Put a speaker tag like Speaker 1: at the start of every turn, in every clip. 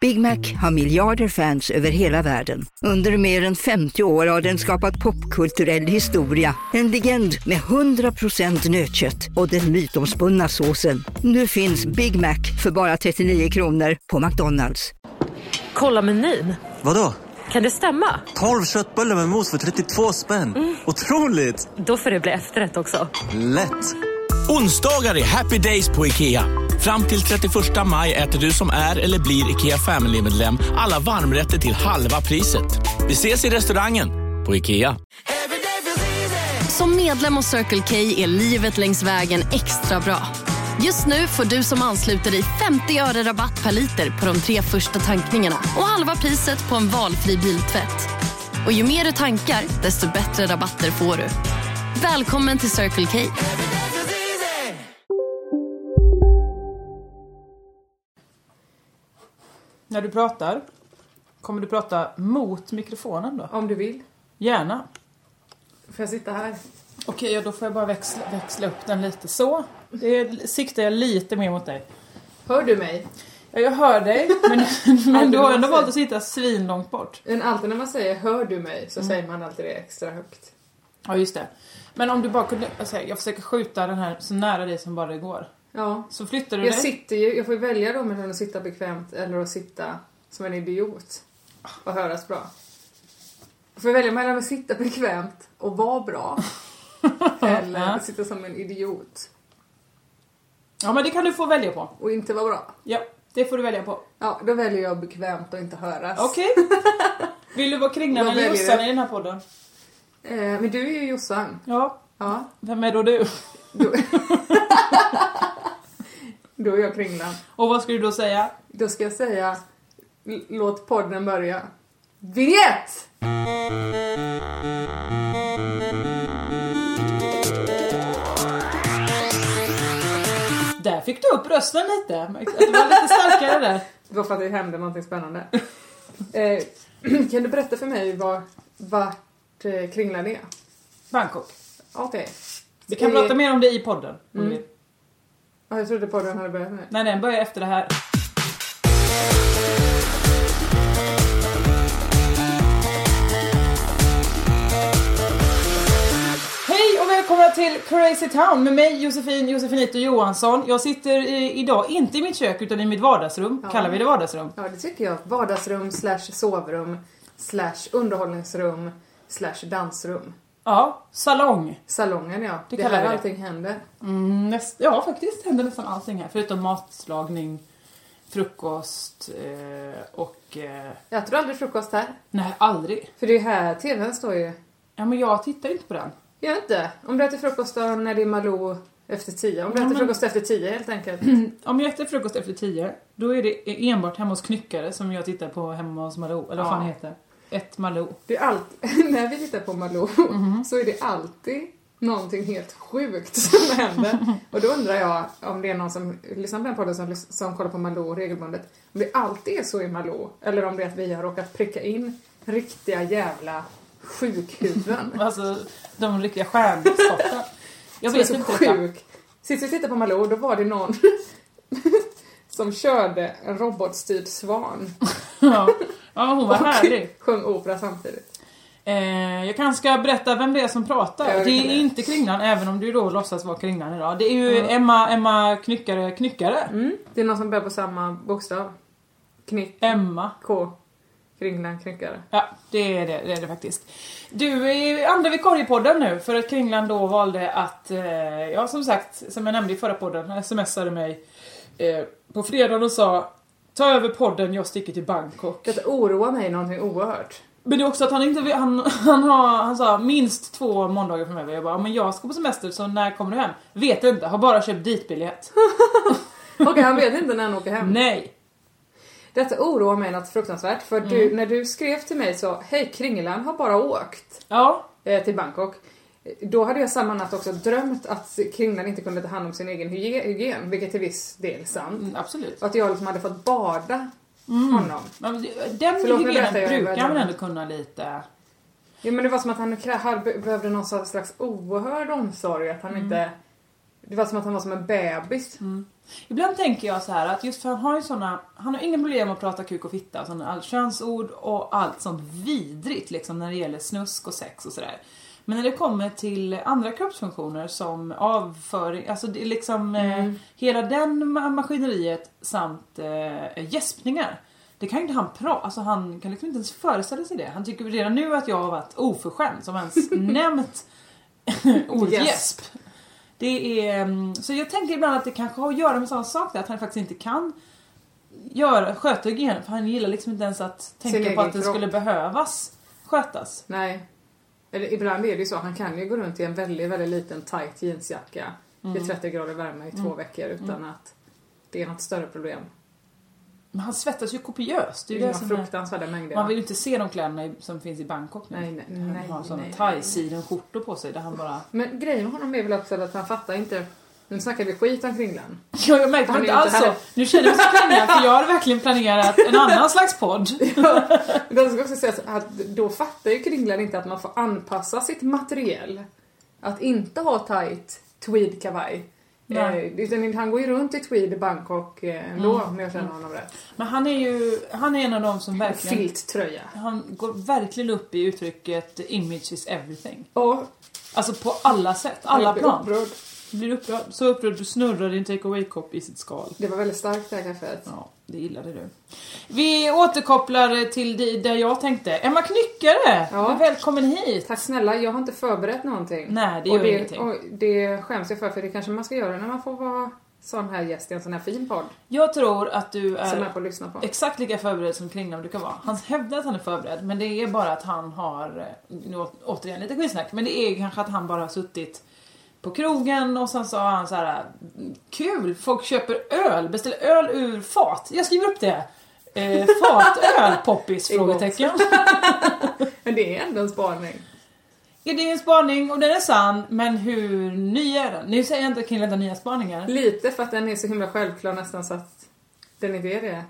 Speaker 1: Big Mac har miljarder fans över hela världen. Under mer än 50 år har den skapat popkulturell historia. En legend med 100% nötkött och den mytomspunna såsen. Nu finns Big Mac för bara 39 kronor på McDonalds.
Speaker 2: Kolla menyn.
Speaker 3: Vadå?
Speaker 2: Kan det stämma?
Speaker 3: 12 köttbullar med mos för 32 spänn. Otroligt!
Speaker 2: Då får det bli efterrätt också.
Speaker 3: Lätt!
Speaker 4: Onsdagar är happy days på IKEA. Fram till 31 maj äter du som är eller blir IKEA Family-medlem alla varmrätter till halva priset. Vi ses i restaurangen på IKEA.
Speaker 5: Som medlem hos Circle K är livet längs vägen extra bra. Just nu får du som ansluter dig 50 öre rabatt per liter på de tre första tankningarna och halva priset på en valfri biltvätt. Och ju mer du tankar, desto bättre rabatter får du. Välkommen till Circle K.
Speaker 6: När du pratar, kommer du prata mot mikrofonen då?
Speaker 7: Om du vill.
Speaker 6: Gärna.
Speaker 7: Får jag sitta här?
Speaker 6: Okej, ja, då får jag bara växla, växla upp den lite så. Det siktar jag lite mer mot dig.
Speaker 7: Hör du mig?
Speaker 6: Ja, jag hör dig, men, men
Speaker 7: Alltid
Speaker 6: du har ändå
Speaker 7: massor.
Speaker 6: valt att sitta svinlångt bort.
Speaker 7: Men alltid när man säger hör du mig
Speaker 6: Mm.
Speaker 7: så säger man alltid det extra högt.
Speaker 6: Ja, just det. Men om du bara kunde, alltså, jag försöker skjuta den här så nära dig som bara det går.
Speaker 7: Ja.
Speaker 6: Så flyttar du
Speaker 7: Jag
Speaker 6: dig.
Speaker 7: sitter ju, jag får ju välja då mellan att sitta bekvämt eller att sitta som en idiot och höras bra. Jag får välja mellan att sitta bekvämt och vara bra eller
Speaker 6: Ja.
Speaker 7: att sitta som en idiot
Speaker 6: Ja, men det kan du få välja på.
Speaker 7: och inte vara bra.
Speaker 6: Ja, det får du välja på.
Speaker 7: Ja, då väljer jag bekvämt och inte höras.
Speaker 6: Okej. Vill du vara kringlan
Speaker 7: Vad
Speaker 6: eller
Speaker 7: väljer
Speaker 6: Jossan
Speaker 7: du?
Speaker 6: i den här podden?
Speaker 7: Eh, men du är ju Jossan.
Speaker 6: Ja.
Speaker 7: Ja.
Speaker 6: Vem är då du?
Speaker 7: Då, då är jag kringlan.
Speaker 6: Och vad ska du då säga?
Speaker 7: Då ska jag säga, l- låt podden börja. Vinjett!
Speaker 6: Där fick du upp rösten lite. Att du var lite starkare där.
Speaker 7: Det var för att det hände någonting spännande. Eh, kan du berätta för mig var, vart eh, kringlan är?
Speaker 6: Bangkok.
Speaker 7: Okej.
Speaker 6: Vi kan
Speaker 7: Eh, Mm.
Speaker 6: prata mer om det i podden. om du vill.
Speaker 7: ja, Jag trodde podden hade börjat nu.
Speaker 6: Nej, den börjar efter det här. Hej och välkomna till Crazy Town med mig Josefin Josefinito Johansson. Jag sitter eh, idag inte i mitt kök utan i mitt vardagsrum.
Speaker 7: Ja.
Speaker 6: Kallar vi det vardagsrum?
Speaker 7: Ja, det tycker jag. Vardagsrum slash sovrum slash underhållningsrum slash dansrum.
Speaker 6: Ja, salong.
Speaker 7: Salongen ja.
Speaker 6: Det
Speaker 7: Det, är
Speaker 6: kallar
Speaker 7: här
Speaker 6: vi det.
Speaker 7: allting händer.
Speaker 6: Mm, näst, ja, faktiskt händer nästan allting här förutom matlagning, frukost eh, och... Eh,
Speaker 7: Jag tror aldrig frukost här.
Speaker 6: nej, aldrig.
Speaker 7: För det är här tvn står ju.
Speaker 6: Ja, men jag tittar inte på den.
Speaker 7: Gör inte. Om du äter frukost då när det är Malou efter tio. Om du äter frukost efter tio helt enkelt.
Speaker 6: Om jag äter frukost efter tio, då är det enbart hemma hos knyckare som jag tittar på hemma hos Malou, eller vad
Speaker 7: Ja.
Speaker 6: fan det heter. Ett Malou.
Speaker 7: Det är allt, när vi tittar på Malou
Speaker 6: Mhm.
Speaker 7: så är det alltid någonting helt sjukt som händer. Och då undrar jag om det är någon som lyssnar på den podden som, lys- som kollar på Malou regelbundet. Om det alltid är så i Malou. Eller om det är att vi har råkat pricka in riktiga jävla sjukhuvuden.
Speaker 6: Alltså de riktiga stjärnskotten. Jag
Speaker 7: Som är
Speaker 6: vet
Speaker 7: så
Speaker 6: inte. Sjuk.
Speaker 7: sjuk. Sist vi tittade på Malou då var det någon som körde en robotstyrd svan.
Speaker 6: Ja. ja, hon var härlig.
Speaker 7: Och sjöng opera samtidigt.
Speaker 6: Eh, jag kanske ska berätta vem det är som pratar.
Speaker 7: Ja, det
Speaker 6: det är
Speaker 7: kan du.
Speaker 6: inte Kringlan, även om du då låtsas vara Kringlan idag. Det är ju Emma, Emma Knyckare Knyckare.
Speaker 7: Det är någon som börjar på samma bokstav. Knick.
Speaker 6: Emma.
Speaker 7: K. Kringlan knyckare.
Speaker 6: Ja, det är det, det, är det faktiskt. Du är andra vikarie i podden nu för att Kringland då valde att, eh, ja som sagt, som jag nämnde i förra podden, han smsade mig eh, på fredagen och sa Ta över podden, jag sticker till Bangkok.
Speaker 7: Detta oroar mig någonting oerhört.
Speaker 6: Men det är också att han inte vill- han, han, har, han sa minst två måndagar framöver. Jag bara, "Ja, men jag ska på semester så när kommer du hem? Vet inte, har bara köpt ditbiljett.
Speaker 7: Okej, han vet inte när han åker hem.
Speaker 6: Nej!
Speaker 7: Detta oroar mig något fruktansvärt för
Speaker 6: Mm.
Speaker 7: du, när du skrev till mig så Hej Kringlan har bara åkt
Speaker 6: Ja,
Speaker 7: eh, till Bangkok. Eh, Då hade jag samma natt också drömt att Kringlan inte kunde ta hand om sin egen hyge- hygien, vilket till viss del är sant.
Speaker 6: mm, absolut.
Speaker 7: Och att jag liksom hade fått bada honom.
Speaker 6: Men den
Speaker 7: Förlåt, nu
Speaker 6: hygienen
Speaker 7: berättar jag i
Speaker 6: brukar
Speaker 7: början.
Speaker 6: man ändå kunna lite. Mm.
Speaker 7: Ja, men det var som att han krä- han be- behövde någon slags oerhörd omsorg, att han inte... Det var som att han var som en bebis.
Speaker 6: Ibland tänker jag så här att just för han har ju såna, han har inga problem att prata kuk och fitta, såna all könsord och allt sånt vidrigt liksom när det gäller snusk och sex och sådär. Men när det kommer till andra kroppsfunktioner som avföring, alltså det är liksom eh, hela den ma- maskineriet samt eh, gäspningar. Det kan ju inte han prata, alltså han kan liksom inte ens föreställa sig det. Han tycker redan nu att jag har varit oförskämd som ens nämnt ordet
Speaker 7: Gäsp.
Speaker 6: gäsp. Det är, mm, så jag tänker ibland att det kanske har att göra med sådana saker, att han faktiskt inte kan göra, sköta hygien, för han gillar liksom inte ens att tänka på
Speaker 7: egen
Speaker 6: att den
Speaker 7: kropp.
Speaker 6: skulle behövas skötas.
Speaker 7: Nej. Eller ibland är det ju så. Han kan ju gå runt i en väldigt, väldigt liten tight jeansjacka
Speaker 6: Mm.
Speaker 7: i 30 grader värme i två veckor utan att det är något större problem.
Speaker 6: Men han svettas ju kopiöst, det är ju
Speaker 7: Det är
Speaker 6: det som är,
Speaker 7: fruktansvärda mängder.
Speaker 6: Man vill ju inte se de kläderna i- som finns i Bangkok nu.
Speaker 7: Nej, nej,
Speaker 6: han
Speaker 7: nej,
Speaker 6: har sån
Speaker 7: nej.
Speaker 6: thai-sidenskjortor på sig där han bara...
Speaker 7: Men grejen med honom är väl också att han fattar inte. Nu snackar vi skit om Kringlan.
Speaker 6: Ja, jag märkte
Speaker 7: Han
Speaker 6: inte
Speaker 7: är inte
Speaker 6: alls så.
Speaker 7: här.
Speaker 6: Nu känner jag mig så klängad för jag hade verkligen planerat en annan slags podd.
Speaker 7: Det ska också sägas att då fattar ju Kringlan inte att man får anpassa sitt materiell. Att inte ha tight tweedkavaj.
Speaker 6: Nej. Mm.
Speaker 7: Eh, utan han går ju runt i tweed i Bangkok eh, ändå om jag känner honom rätt.
Speaker 6: Men han är ju, han är en av de som verkligen...
Speaker 7: Filttröja.
Speaker 6: Han går verkligen upp i uttrycket image is everything.
Speaker 7: Ja,
Speaker 6: Alltså på alla sätt, alla
Speaker 7: jag blir
Speaker 6: plan.
Speaker 7: upprörd.
Speaker 6: Du blir upprörd. Så upprörd du snurrar din take away-kopp i sitt skal.
Speaker 7: Det var väldigt starkt det här kaffet.
Speaker 6: Ja, det gillade du. Vi återkopplar till det där jag tänkte. Emma Knyckare!
Speaker 7: Ja.
Speaker 6: Välkommen hit!
Speaker 7: Tack snälla, jag har inte förberett någonting.
Speaker 6: Nej, det
Speaker 7: och
Speaker 6: gör
Speaker 7: det,
Speaker 6: ingenting.
Speaker 7: Och det skäms jag för, för det kanske man ska göra när man får vara sån här gäst i en sån här fin podd
Speaker 6: Jag tror att du
Speaker 7: som är
Speaker 6: är
Speaker 7: på att lyssna på.
Speaker 6: exakt lika förberedd som Kringland brukar vara. Han hävdar att han är förberedd, men det är bara att han har, eh, nu å- återigen lite skitsnack, men det är kanske att han bara har suttit på krogen och sen sa han så här: eh, Kul! Folk köper öl, beställer öl ur fat. Jag skriver upp det! Eh, fatöl, poppis?
Speaker 7: Det är gott.
Speaker 6: Frågetecken.
Speaker 7: Men det är ändå en spaning.
Speaker 6: Ja, det är en spaning och den är sann, men hur ny är den? Nu säger jag inte att Kringland har nya spaningar.
Speaker 7: Lite för att den är så himla självklar nästan så att den inte är det.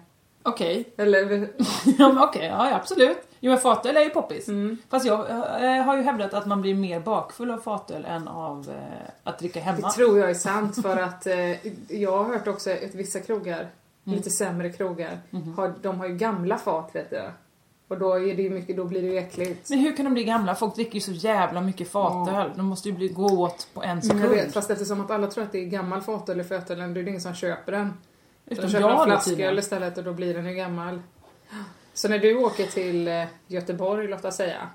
Speaker 6: Okej.
Speaker 7: Eller
Speaker 6: Ja, men Okej, ja, ja, absolut. Jo men fatöl är ju poppis.
Speaker 7: Mm.
Speaker 6: Fast jag eh, har ju hävdat att man blir mer bakfull av fatöl än av eh, att dricka
Speaker 7: det
Speaker 6: hemma.
Speaker 7: tror jag är sant för att eh, jag har hört också att vissa krogar,
Speaker 6: Mm.
Speaker 7: lite sämre krogar,
Speaker 6: Mm-hmm.
Speaker 7: har, de har ju gamla fat lite. Och då, är det ju mycket, då blir det ju äckligt.
Speaker 6: Men hur kan de bli gamla? Folk dricker ju så jävla mycket fatöl. De måste ju bli gå åt på en
Speaker 7: Men
Speaker 6: sekund.
Speaker 7: Mm. jag vet, fast eftersom att alla tror att det är gammal fatöl eller fötöl, det är det ingen som köper den.
Speaker 6: Utom jag
Speaker 7: De köper en
Speaker 6: då
Speaker 7: flasköl
Speaker 6: tydligen.
Speaker 7: istället och då blir den ju gammal. Så när du åker till eh, Göteborg, låt oss säga,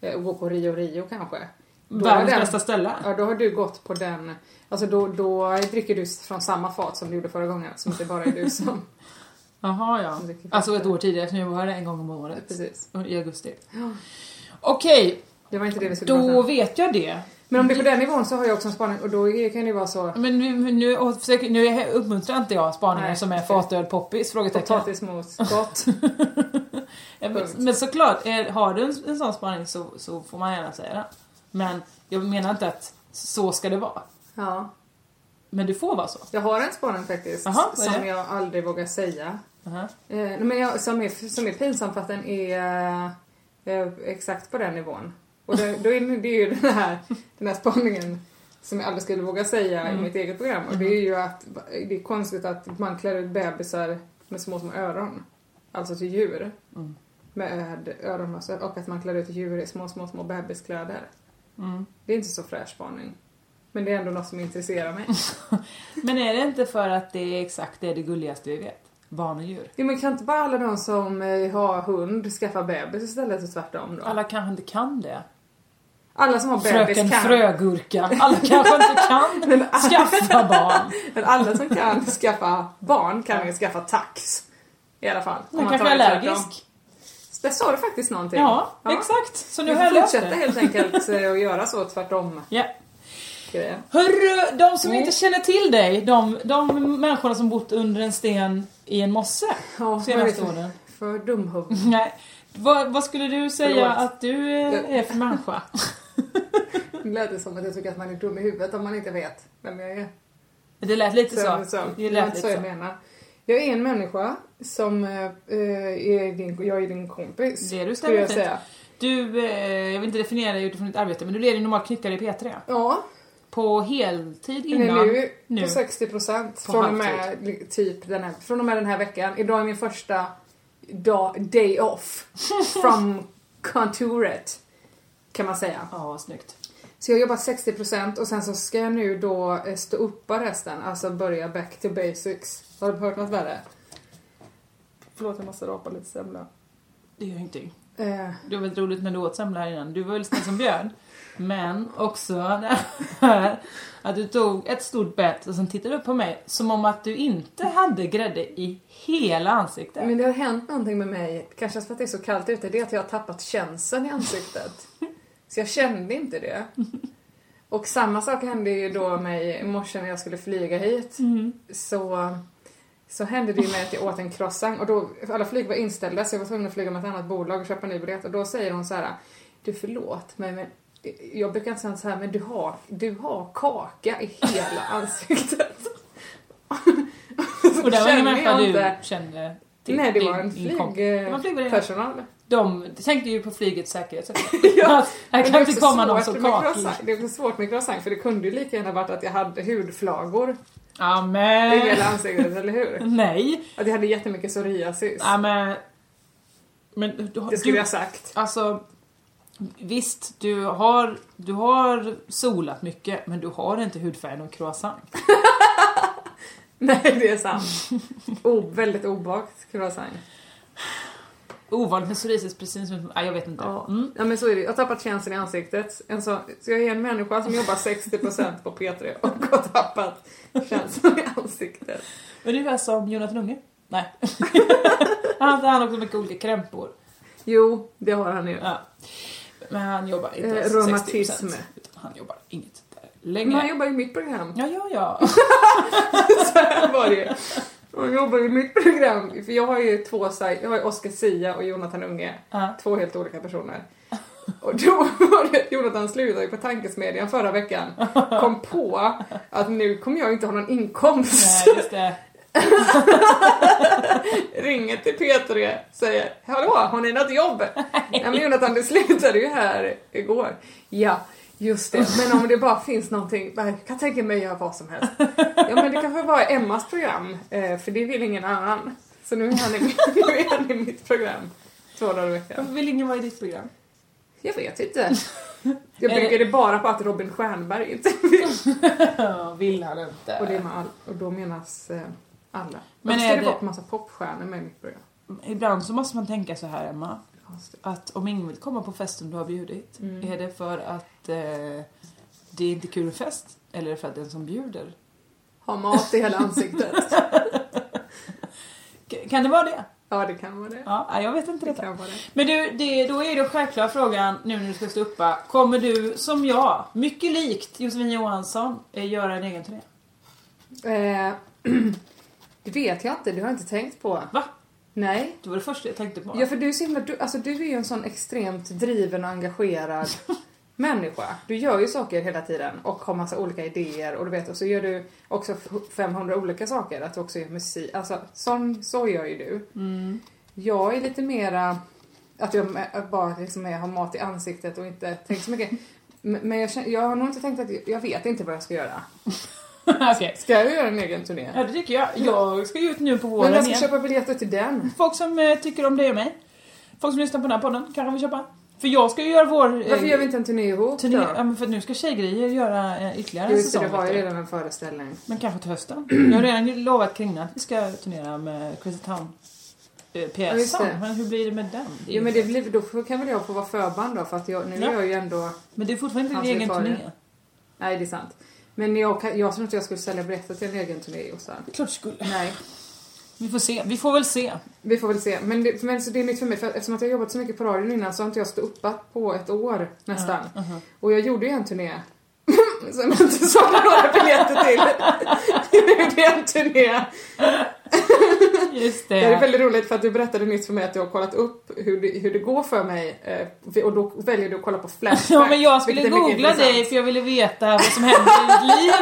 Speaker 7: eh, och går på Rio Rio kanske. då har
Speaker 6: Mm-hmm. Världens
Speaker 7: den-
Speaker 6: bästa ställe.
Speaker 7: Ja, då har du gått på den, alltså då, då dricker du från samma fat som du gjorde förra gången, som inte bara är du som,
Speaker 6: Jaha ja.
Speaker 7: dricker fatöl.
Speaker 6: Alltså ett år tidigare, så jag var här en gång om året.
Speaker 7: precis.
Speaker 6: I augusti. Okej,
Speaker 7: Det var inte det vi skulle prata
Speaker 6: då
Speaker 7: om.
Speaker 6: vet jag det.
Speaker 7: Men om det är på den nivån så har jag också en spaning och då är- kan det ju vara så,
Speaker 6: Men nu, men nu, och försöker- nu uppmuntrar inte jag spaningar
Speaker 7: Nej,
Speaker 6: som är
Speaker 7: okej.
Speaker 6: fatöl poppis? Frågetecken.
Speaker 7: potatismos, gott.
Speaker 6: Ja, men- Men såklart, är- har du en, en sån spaning så, så får man gärna säga det. Men jag menar inte att så ska det vara.
Speaker 7: Ja.
Speaker 6: Men det får vara så.
Speaker 7: Jag har en spaning faktiskt,
Speaker 6: Jaha, vad är
Speaker 7: som
Speaker 6: det?
Speaker 7: jag aldrig vågar säga.
Speaker 6: Aha.
Speaker 7: Eh, nej, men jag, som, är, som är pinsam för att den är eh, eh, exakt på den nivån. Och det, då är det, det är ju den här, den här spaningen som jag aldrig skulle våga säga
Speaker 6: Mm.
Speaker 7: i mitt eget program. Och det
Speaker 6: Mm-hmm.
Speaker 7: är ju att det är konstigt att man klär ut bebisar med små små öron. Alltså till djur.
Speaker 6: Mm.
Speaker 7: Med öronmössor. Och att man klär ut djur i små små små bebiskläder.
Speaker 6: Mm.
Speaker 7: Det är inte så fräsch spaning. Men det är ändå något som intresserar mig.
Speaker 6: Men är det inte för att det är exakt det, det gulligaste vi vet? Barn och djur.
Speaker 7: Jo men kan inte bara alla de som eh, har hund skaffa bebis istället och tvärtom då?
Speaker 6: Alla kanske inte kan det.
Speaker 7: Alla som har bebis
Speaker 6: Fröken
Speaker 7: kan.
Speaker 6: Frögurka. Alla kanske inte kan skaffa barn.
Speaker 7: Men alla som kan skaffa barn kan ju skaffa tax. I alla fall. om
Speaker 6: Man kanske
Speaker 7: tar
Speaker 6: är
Speaker 7: det tvärtom.
Speaker 6: allergisk.
Speaker 7: Där sa du faktiskt någonting.
Speaker 6: Ja, exakt. Så nu
Speaker 7: Du
Speaker 6: har jag
Speaker 7: får
Speaker 6: löst
Speaker 7: fortsätta
Speaker 6: det.
Speaker 7: helt enkelt eh, och göra så tvärtom eh.
Speaker 6: Ja.
Speaker 7: grejer.
Speaker 6: Hörru, de
Speaker 7: Mm.
Speaker 6: som inte känner till dig, de, de människorna som bott under en sten i en mosse
Speaker 7: Ja, vad är det
Speaker 6: senaste åren.
Speaker 7: för, för dumhuvud.
Speaker 6: Nej. Vad, vad skulle du säga
Speaker 7: Förlåt.
Speaker 6: att du eh, är för människa?
Speaker 7: Det lät det som att jag tycker att man är dum i huvudet om man inte vet vem jag är.
Speaker 6: Det lät lite så.
Speaker 7: Sömn, sömn.
Speaker 6: Det
Speaker 7: Det var
Speaker 6: lät
Speaker 7: inte så
Speaker 6: lite
Speaker 7: jag
Speaker 6: så.
Speaker 7: menar. Jag är en människa som eh, eh, är din, jag är din kompis.
Speaker 6: Det är du,
Speaker 7: skulle jag
Speaker 6: stämmer fint.
Speaker 7: säga.
Speaker 6: Du, eh, jag vill inte definiera dig utifrån ditt arbete, men du leder ju normalt knyckare i P3.
Speaker 7: Ja,
Speaker 6: på heltid
Speaker 7: Den är
Speaker 6: innan
Speaker 7: nu på 60 procent från och med typ den här, från och med den här veckan. Idag är min första dag, day off from contouret kan man säga.
Speaker 6: Ja, snyggt.
Speaker 7: Så jag jobbar 60 procent och sen så ska jag nu då eh, stå uppa resten, alltså börja back to basics. Har du hört något värre? Förlåt, jag måste rapa lite semla.
Speaker 6: Det gör ingenting.
Speaker 7: Eh,
Speaker 6: Det var väldigt roligt när du åt semla här innan. Du var väl snäll som björn. Men också det här att du tog ett stort bett och sen tittade upp på mig som om att du inte hade grädde i hela ansiktet.
Speaker 7: Men det har hänt någonting med mig, kanske för att det är så kallt ute, det är att jag har tappat känseln i ansiktet. Så jag kände inte det. Och samma sak hände ju då mig i morse när jag skulle flyga hit.
Speaker 6: Mm.
Speaker 7: Så, så hände det ju mig att jag åt en croissant och då, alla flyg var inställda så jag var tvungen att flyga med ett annat bolag och köpa en ny biljett och då säger hon så här: Du förlåt mig men jag brukar inte säga så här men du har, du har kaka i hela ansiktet.
Speaker 6: Och det var
Speaker 7: Känner
Speaker 6: ingen människa
Speaker 7: jag
Speaker 6: du
Speaker 7: inte.
Speaker 6: kände
Speaker 7: Nej, det var en eh,
Speaker 6: din kompis. Det var en flygvärdinna.
Speaker 7: flygpersonal.
Speaker 6: De tänkte ju på flygets säkerhet. ja, här
Speaker 7: Men
Speaker 6: kan
Speaker 7: det är
Speaker 6: inte komma någon
Speaker 7: svårt
Speaker 6: som
Speaker 7: med
Speaker 6: kaklar.
Speaker 7: croissant. Det är svårt med croissant för det kunde ju lika gärna varit att jag hade hudflagor i
Speaker 6: Amen.
Speaker 7: hela ansiktet, eller hur?
Speaker 6: Nej.
Speaker 7: Att jag hade jättemycket psoriasis.
Speaker 6: Amen. Ah, Men du, har-
Speaker 7: Det skulle
Speaker 6: du,
Speaker 7: jag sagt.
Speaker 6: Alltså, visst, du har, du har solat mycket, men du har inte hudfärgen och croissant.
Speaker 7: Nej, det är sant. Oh, väldigt obakt croissant.
Speaker 6: Ovanligt med psoriasis, precis som... Nej, jag vet inte.
Speaker 7: Ja.
Speaker 6: Mm.
Speaker 7: ja, men så är det. Jag har tappat känslan i ansiktet. En så, så jag är en människa som jobbar 60% på P3 och har tappat känslan i ansiktet.
Speaker 6: Ungefär som Jonathan Unge. Nej. han har han har också mycket olika krämpor.
Speaker 7: Jo, det har han ju.
Speaker 6: Ja. Men han jobbar inte
Speaker 7: Eh,
Speaker 6: ens
Speaker 7: reumatism.
Speaker 6: 60%, utan han jobbar inget där
Speaker 7: Men
Speaker 6: längre.
Speaker 7: han jobbar ju i mitt program.
Speaker 6: Ja, ja, ja.
Speaker 7: Så här var det ju. Hon jobbar ju i mitt program, för jag har ju två saj- jag har ju Oscar Sia och Jonathan Unge.
Speaker 6: Ja.
Speaker 7: Två helt olika personer. Och då var det att Jonathan slutade ju på Tankesmedjan förra veckan. Kom på att nu kommer jag inte ha någon inkomst.
Speaker 6: Nej, just det.
Speaker 7: Ringer till P3 säger Hallå, har ni något jobb? Nej men Jonathan, du slutade ju här igår. Ja, just det. Men om det bara finns någonting, jag kan tänka mig att göra vad som helst. Ja men det kanske bara är Emmas program, eh, för det vill ingen annan. Så nu är han i mitt, nu är han i mitt program. Två dagar i veckan.
Speaker 6: Vill ingen vara i ditt program?
Speaker 7: Jag vet inte. Jag
Speaker 6: Är det-
Speaker 7: bygger det bara på att Robin Stjernberg inte vill.
Speaker 6: Ja, vill han inte.
Speaker 7: Och, det är med all, och då menas eh, alla.
Speaker 6: Men
Speaker 7: Men
Speaker 6: är
Speaker 7: ska det
Speaker 6: det-
Speaker 7: vara på massa popstjärnor med i mitt program?
Speaker 6: Ibland så måste man tänka så här, Emma.
Speaker 7: Konstigt.
Speaker 6: Att om ingen vill komma på festen du har bjudit, är det för att eh, det är inte kul med fest? Eller är det för att den som bjuder?
Speaker 7: Har mat i hela ansiktet.
Speaker 6: K- Kan det vara det?
Speaker 7: Ja, det kan vara det.
Speaker 6: Ja, nej, jag vet inte
Speaker 7: Det
Speaker 6: detta.
Speaker 7: kan vara det.
Speaker 6: Men du, det, då är den självklara frågan nu när du ska stå uppa. Kommer du, som jag, mycket likt Josefin Johansson, eh, göra en egen turné?
Speaker 7: Eh, det vet jag inte, det har jag inte tänkt på.
Speaker 6: Va?
Speaker 7: Nej.
Speaker 6: Det var det första jag tänkte på.
Speaker 7: Ja, för du är så himla, du, alltså du är ju en sån extremt driven och engagerad människa. Du gör ju saker hela tiden och har massa olika idéer och du vet, och så gör du också f- 500 olika saker. Att du också gör musik, alltså sån, så gör ju du. Jag är lite mera att jag mä- bara liksom är, har mat i ansiktet och inte tänker så mycket. Men men jag, känner- jag har nog inte tänkt att, jag vet inte vad jag ska göra.
Speaker 6: Okej.
Speaker 7: Ska jag göra en egen turné?
Speaker 6: Ja, det tycker jag. Jag ska ju ut nu på
Speaker 7: Men
Speaker 6: våren
Speaker 7: vem ska
Speaker 6: igen.
Speaker 7: köpa biljetter till den?
Speaker 6: Folk som eh, tycker om dig och mig. Folk som lyssnar på den här podden kanske vill köpa. För jag ska ju göra vår... eh,
Speaker 7: Varför gör vi inte en turné ihop
Speaker 6: Turné,
Speaker 7: då?
Speaker 6: ja, men för att nu ska Tjejgrejer göra eh, ytterligare en
Speaker 7: Just det,
Speaker 6: säsong.
Speaker 7: det var ju
Speaker 6: vet du.
Speaker 7: redan en föreställning.
Speaker 6: Men kanske till hösten. Jag har redan lovat Kringlan att vi ska turnera med Crazy Town eh,
Speaker 7: just
Speaker 6: pjäsen.
Speaker 7: det.
Speaker 6: men hur blir det med den? Det är
Speaker 7: Jo men
Speaker 6: ju-
Speaker 7: det blir, då får- kan väl jag få vara förband då för att jag, nu
Speaker 6: Ja.
Speaker 7: gör jag ju ändå...
Speaker 6: men det är fortfarande inte
Speaker 7: Hans
Speaker 6: din egen
Speaker 7: vikarie.
Speaker 6: turné.
Speaker 7: Nej det är sant. Men jag, kan- jag tror inte jag skulle sälja biljetter till en egen turné Jossan.
Speaker 6: Klart du skulle.
Speaker 7: Nej,
Speaker 6: Vi får se. Vi får väl se.
Speaker 7: vi får väl se. Men det, men så det är nytt för mig för att eftersom att jag har jobbat så mycket på radion innan så har inte jag stått uppat på ett år nästan. Och jag gjorde ju en turné. Som jag inte sålde några biljetter till. Jag gjorde en turné.
Speaker 6: Just
Speaker 7: Det här är
Speaker 6: det.
Speaker 7: väldigt roligt för att du berättade nyss för mig att du har kollat upp hur det, hur det går för mig eh, och då väljer du att kolla på Flashback.
Speaker 6: Ja, men jag skulle
Speaker 7: vilket är mycket
Speaker 6: googla
Speaker 7: intressant.
Speaker 6: dig för jag ville veta vad som händer i ditt liv.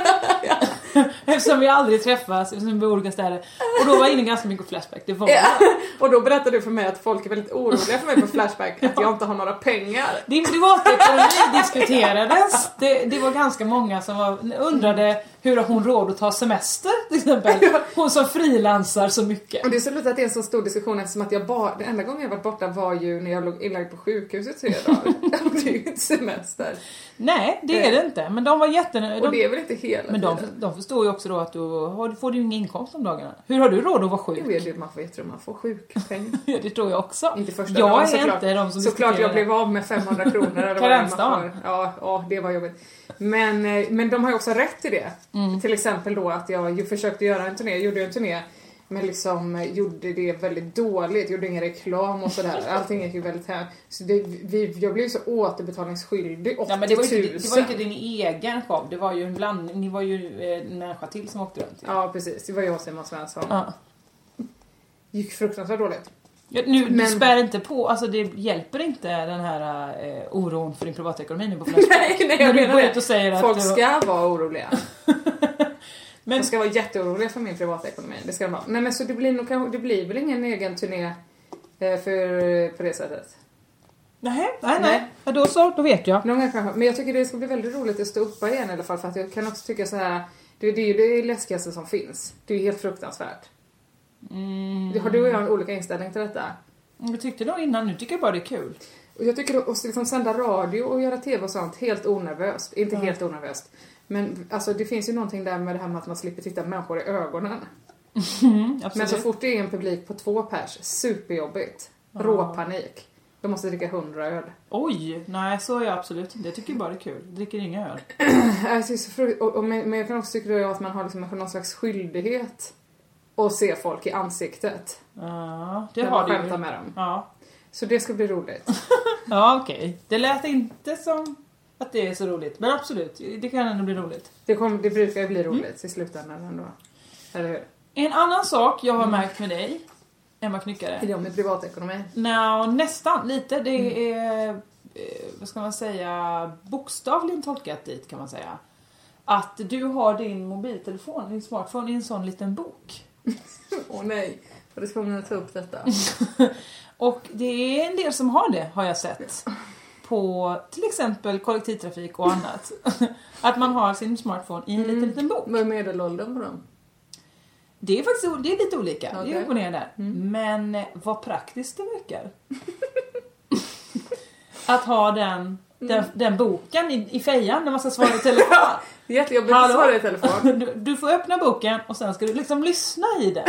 Speaker 6: Eftersom vi aldrig träffas, eftersom vi bor i olika städer. Och då var jag inne ganska mycket på Flashback, det var jag.
Speaker 7: Ja. Och då berättade du för mig att folk är väldigt oroliga för mig på Flashback, att jag inte har några pengar.
Speaker 6: Din privatekonomi diskuterades. Det, det var ganska många som var, undrade hur har hon råd att ta semester till exempel. Hon som frilansar så mycket.
Speaker 7: Och det är så lite att det är en så stor diskussion eftersom att jag bara, den enda gången jag varit borta var ju när jag låg inlagd på sjukhuset i tre dagar. det är ju inte semester.
Speaker 6: Nej, det är det inte. Men de var jättenöjda.
Speaker 7: Och
Speaker 6: De-
Speaker 7: det är väl inte hela
Speaker 6: Men de,
Speaker 7: tiden.
Speaker 6: de förstår ju också då att du har, får du ingen inkomst om dagarna. Hur har du råd att vara
Speaker 7: Det
Speaker 6: sjuk?
Speaker 7: vet ju man får, jag tror man får sjukpeng.
Speaker 6: Det tror jag också.
Speaker 7: Inte första
Speaker 6: jag
Speaker 7: dagen
Speaker 6: är
Speaker 7: såklart.
Speaker 6: inte de som
Speaker 7: Såklart jag
Speaker 6: diskuterar det.
Speaker 7: blev av med 500 kronor. eller vad det är man
Speaker 6: Karensdagen.
Speaker 7: får. Ja, ja, det var jobbigt. Men, eh, men de har ju också rätt till det.
Speaker 6: Mm.
Speaker 7: Till exempel då att jag ju försökte göra en turné, gjorde en turné men liksom eh, gjorde det väldigt dåligt, gjorde ingen reklam och sådär. Allting gick ju väldigt här. Så det, vi, jag blev ju så återbetalningsskyldig, 80 000.
Speaker 6: Ja, men det, var ju inte, det var ju inte din egen show, det var ju en blandning. Ni var ju eh, en människa till som åkte runt.
Speaker 7: Ja, precis. Det var jag och Simon Svensson.
Speaker 6: Ja.
Speaker 7: Gick fruktansvärt dåligt.
Speaker 6: Ja, Nu, du
Speaker 7: Men-
Speaker 6: spär inte på, alltså det hjälper inte den här eh, oron för din privatekonomi nu på Flashback. När du går ut och säger att...
Speaker 7: Folk
Speaker 6: du-
Speaker 7: ska vara oroliga.
Speaker 6: Men,
Speaker 7: De ska vara jätteoroliga för min privatekonomi. Det ska de vara. Nej men så det blir, nog, kanske- det blir väl ingen egen turné eh, för, på det sättet.
Speaker 6: nej, nej, nej.
Speaker 7: Nej.
Speaker 6: Ja, då så, då vet jag.
Speaker 7: Någon gång kanske. Men jag tycker det ska bli väldigt roligt att stå uppa igen i alla fall för att jag kan också tycka så här. Det, det är ju det läskigaste som finns. Det är ju helt fruktansvärt. Det Har du och jag en olika inställning till detta?
Speaker 6: Du Mm, tyckte då innan, nu tycker jag bara det är kul.
Speaker 7: Och jag tycker att liksom sända radio och göra tv och sånt helt onervöst. Inte helt onervöst. Men alltså det finns ju någonting där med det här med att man slipper titta människor i ögonen.
Speaker 6: Absolut.
Speaker 7: Men så fort Alltså det är en publik på två pers, superjobbigt. Råpanik. De måste dricka hundra öl.
Speaker 6: Oj, nej så är jag absolut inte. Jag tycker bara det är kul. Jag dricker inga öl.
Speaker 7: Alltså, det är så fru- och, och, men men jag kan också tycka då att man har liksom någon slags skyldighet att se folk i ansiktet.
Speaker 6: Ja, det
Speaker 7: när
Speaker 6: har
Speaker 7: man
Speaker 6: du ju.
Speaker 7: skämtar med dem.
Speaker 6: Ja,
Speaker 7: Så det ska bli roligt.
Speaker 6: ja okej. Det lät inte som att det är så roligt. Men absolut, det kan ändå bli roligt.
Speaker 7: Det, kom, det brukar ju bli roligt i slutändan ändå. Eller hur?
Speaker 6: En annan sak jag har märkt med dig, Emma Knyckare.
Speaker 7: Är det om med privatekonomi?
Speaker 6: Nå, nästan lite. Det är, eh, vad ska man säga, bokstavligen tolkat dit kan man säga. Att du har din mobiltelefon, din smartphone, i en sån liten bok.
Speaker 7: Åh nej, var du tvungen att ta upp detta?
Speaker 6: Och det är en del som har det, har jag sett. På till exempel kollektivtrafik och annat. Att man har sin smartphone i en liten, liten bok.
Speaker 7: Vad är medelåldern på dem?
Speaker 6: Det är faktiskt o- det är lite olika, det är
Speaker 7: Okej.
Speaker 6: upp och ner där. Men eh, vad praktiskt det verkar. Att ha den, den, den boken i, i fejan när man ska svara i telefon.
Speaker 7: Det är jättejobbigt att
Speaker 6: Hallå?
Speaker 7: svara i telefon.
Speaker 6: Du, du får öppna boken och sen ska du liksom lyssna i den.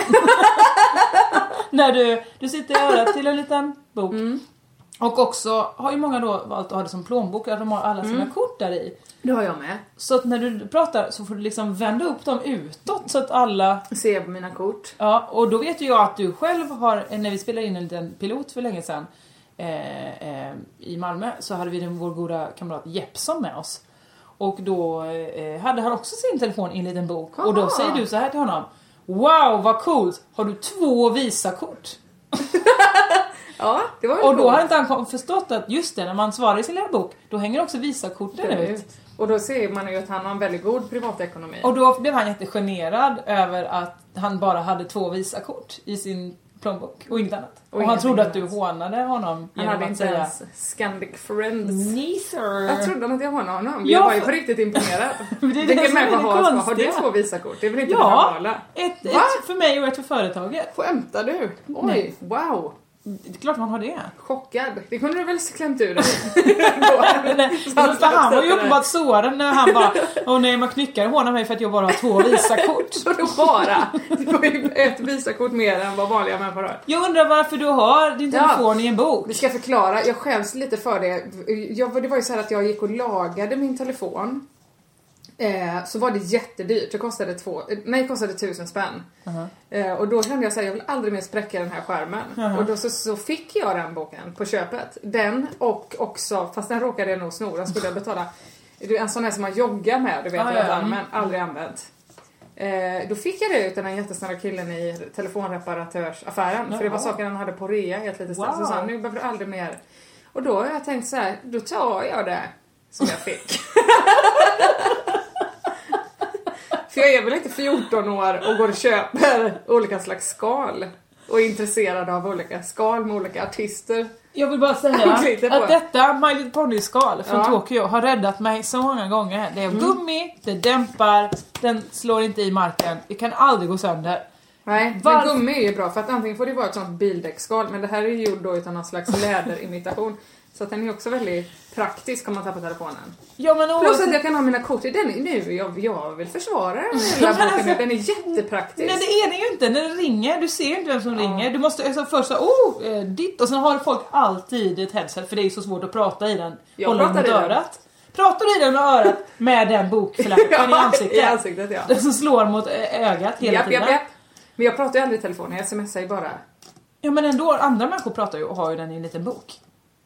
Speaker 6: När du, du sitter i örat till en liten bok. Och också har ju många då valt att ha det som plånbok, att de har alla sina kort där i.
Speaker 7: Det har jag med.
Speaker 6: Så att när du pratar så får du liksom vända upp dem utåt så att alla...
Speaker 7: Ser jag på mina kort.
Speaker 6: Ja, och då vet ju jag att du själv har, när vi spelade in en liten pilot för länge sedan eh, eh, i Malmö så hade vi den, vår goda kamrat Jeppsson med oss. Och då eh, hade han också sin telefon i en liten bok och då
Speaker 7: Aha.
Speaker 6: säger du så här till honom Wow vad coolt! Har du två Visakort?
Speaker 7: Ja, det var ju
Speaker 6: Och då
Speaker 7: coolt.
Speaker 6: har inte han kom- förstått att just det, när man svarar i sin lilla bok då hänger också Visakorten
Speaker 7: ut.
Speaker 6: ut.
Speaker 7: Och då ser man ju att han har en väldigt god privatekonomi.
Speaker 6: Och då blev han jättegenerad över att han bara hade två Visakort i sin plånbok och inget annat. Och, han
Speaker 7: ingenting
Speaker 6: trodde att du
Speaker 7: annat.
Speaker 6: hånade honom
Speaker 7: han
Speaker 6: genom
Speaker 7: hade
Speaker 6: att
Speaker 7: inte
Speaker 6: säga
Speaker 7: ens Scandic Friends.
Speaker 6: Nej sir!
Speaker 7: Jag trodde inte jag hånade honom.
Speaker 6: Ja,
Speaker 7: Jag var ju
Speaker 6: för-
Speaker 7: på riktigt imponerad.
Speaker 6: Men det är det
Speaker 7: Vilken
Speaker 6: som är
Speaker 7: människa
Speaker 6: det
Speaker 7: har, har
Speaker 6: konstiga.
Speaker 7: du två Visakort? Det är väl inte det
Speaker 6: ja,
Speaker 7: normala?
Speaker 6: ett,
Speaker 7: Va?
Speaker 6: ett för mig och ett för företaget.
Speaker 7: Skämtar du? Oj,
Speaker 6: Nej.
Speaker 7: wow.
Speaker 6: Det är klart man har det.
Speaker 7: Chockad. Det kunde du väl klämt ur dig?
Speaker 6: Nej, men för han var ju uppenbart sårad när han bara Åh nej, man knyckar och hånar mig för att jag bara har två Visakort.
Speaker 7: Vadå bara? Det var ju ett Visakort mer än vad vanliga människor har.
Speaker 6: Jag undrar varför du har din
Speaker 7: Ja.
Speaker 6: telefon i en bok?
Speaker 7: Vi ska förklara, jag skäms lite för det. Jag, det var ju så här att jag gick och lagade min telefon. Eh, så var det jättedyrt, det kostade två, eh, nej det kostade tusen spänn. eh, och då kände jag såhär, jag vill aldrig mer spräcka den här skärmen. Och då så, så fick jag den boken på köpet. Den och också, fast den råkade jag nog sno, den skulle jag betala. Det är en sån här som man joggar med, du vet,
Speaker 6: Ah,
Speaker 7: ah,
Speaker 6: ja, ja.
Speaker 7: men aldrig använt. Eh, då fick jag det utan den jättesnälla killen i telefonreparatörsaffären. För det var
Speaker 6: Jaha.
Speaker 7: saker han hade på rea i ett litet ställe.
Speaker 6: Wow.
Speaker 7: Så sa han, nu behöver du aldrig mer. Och då har jag tänkt så här, då tar jag det som jag fick. För För jag är väl inte 14 år och går och köper olika slags skal. Och är intresserad av olika skal med olika artister.
Speaker 6: Jag vill bara säga
Speaker 7: Jag klickar på.
Speaker 6: att detta My Little Pony-skal från
Speaker 7: Ja. Mm.
Speaker 6: Tokyo har räddat mig så många gånger. Det är gummi, det dämpar, den slår inte i marken, det kan aldrig gå sönder.
Speaker 7: Nej,
Speaker 6: Varför-
Speaker 7: men gummi är ju bra för att antingen får det vara ett sånt bildäcksskal men det här är ju gjord då utan någon slags läderimitation. Så att den är också väldigt praktisk om man tappar telefonen.
Speaker 6: Ja men
Speaker 7: Plus att
Speaker 6: oavsett...
Speaker 7: jag kan ha mina kort i den nu, jag, jag vill försvara den här lilla boken nu, den är jättepraktisk.
Speaker 6: Nej det är det ju inte, när det ringer, du ser ju inte vem som ringer. Du måste alltså först säga oh, eh, ditt och sen har folk alltid ett headset för det är ju så svårt att prata i den.
Speaker 7: Jag
Speaker 6: Håller den
Speaker 7: pratar
Speaker 6: mot
Speaker 7: i den.
Speaker 6: örat. Pratar du i den med örat med den bokförlappen i
Speaker 7: Ja,
Speaker 6: ansiktet?
Speaker 7: i ansiktet, ja.
Speaker 6: Den som slår mot eh, ögat hela
Speaker 7: Japp,
Speaker 6: tiden.
Speaker 7: japp, japp. Men jag pratar ju aldrig i telefonen, jag smsar ju bara.
Speaker 6: Ja men ändå, andra människor pratar ju och har ju den i en liten bok.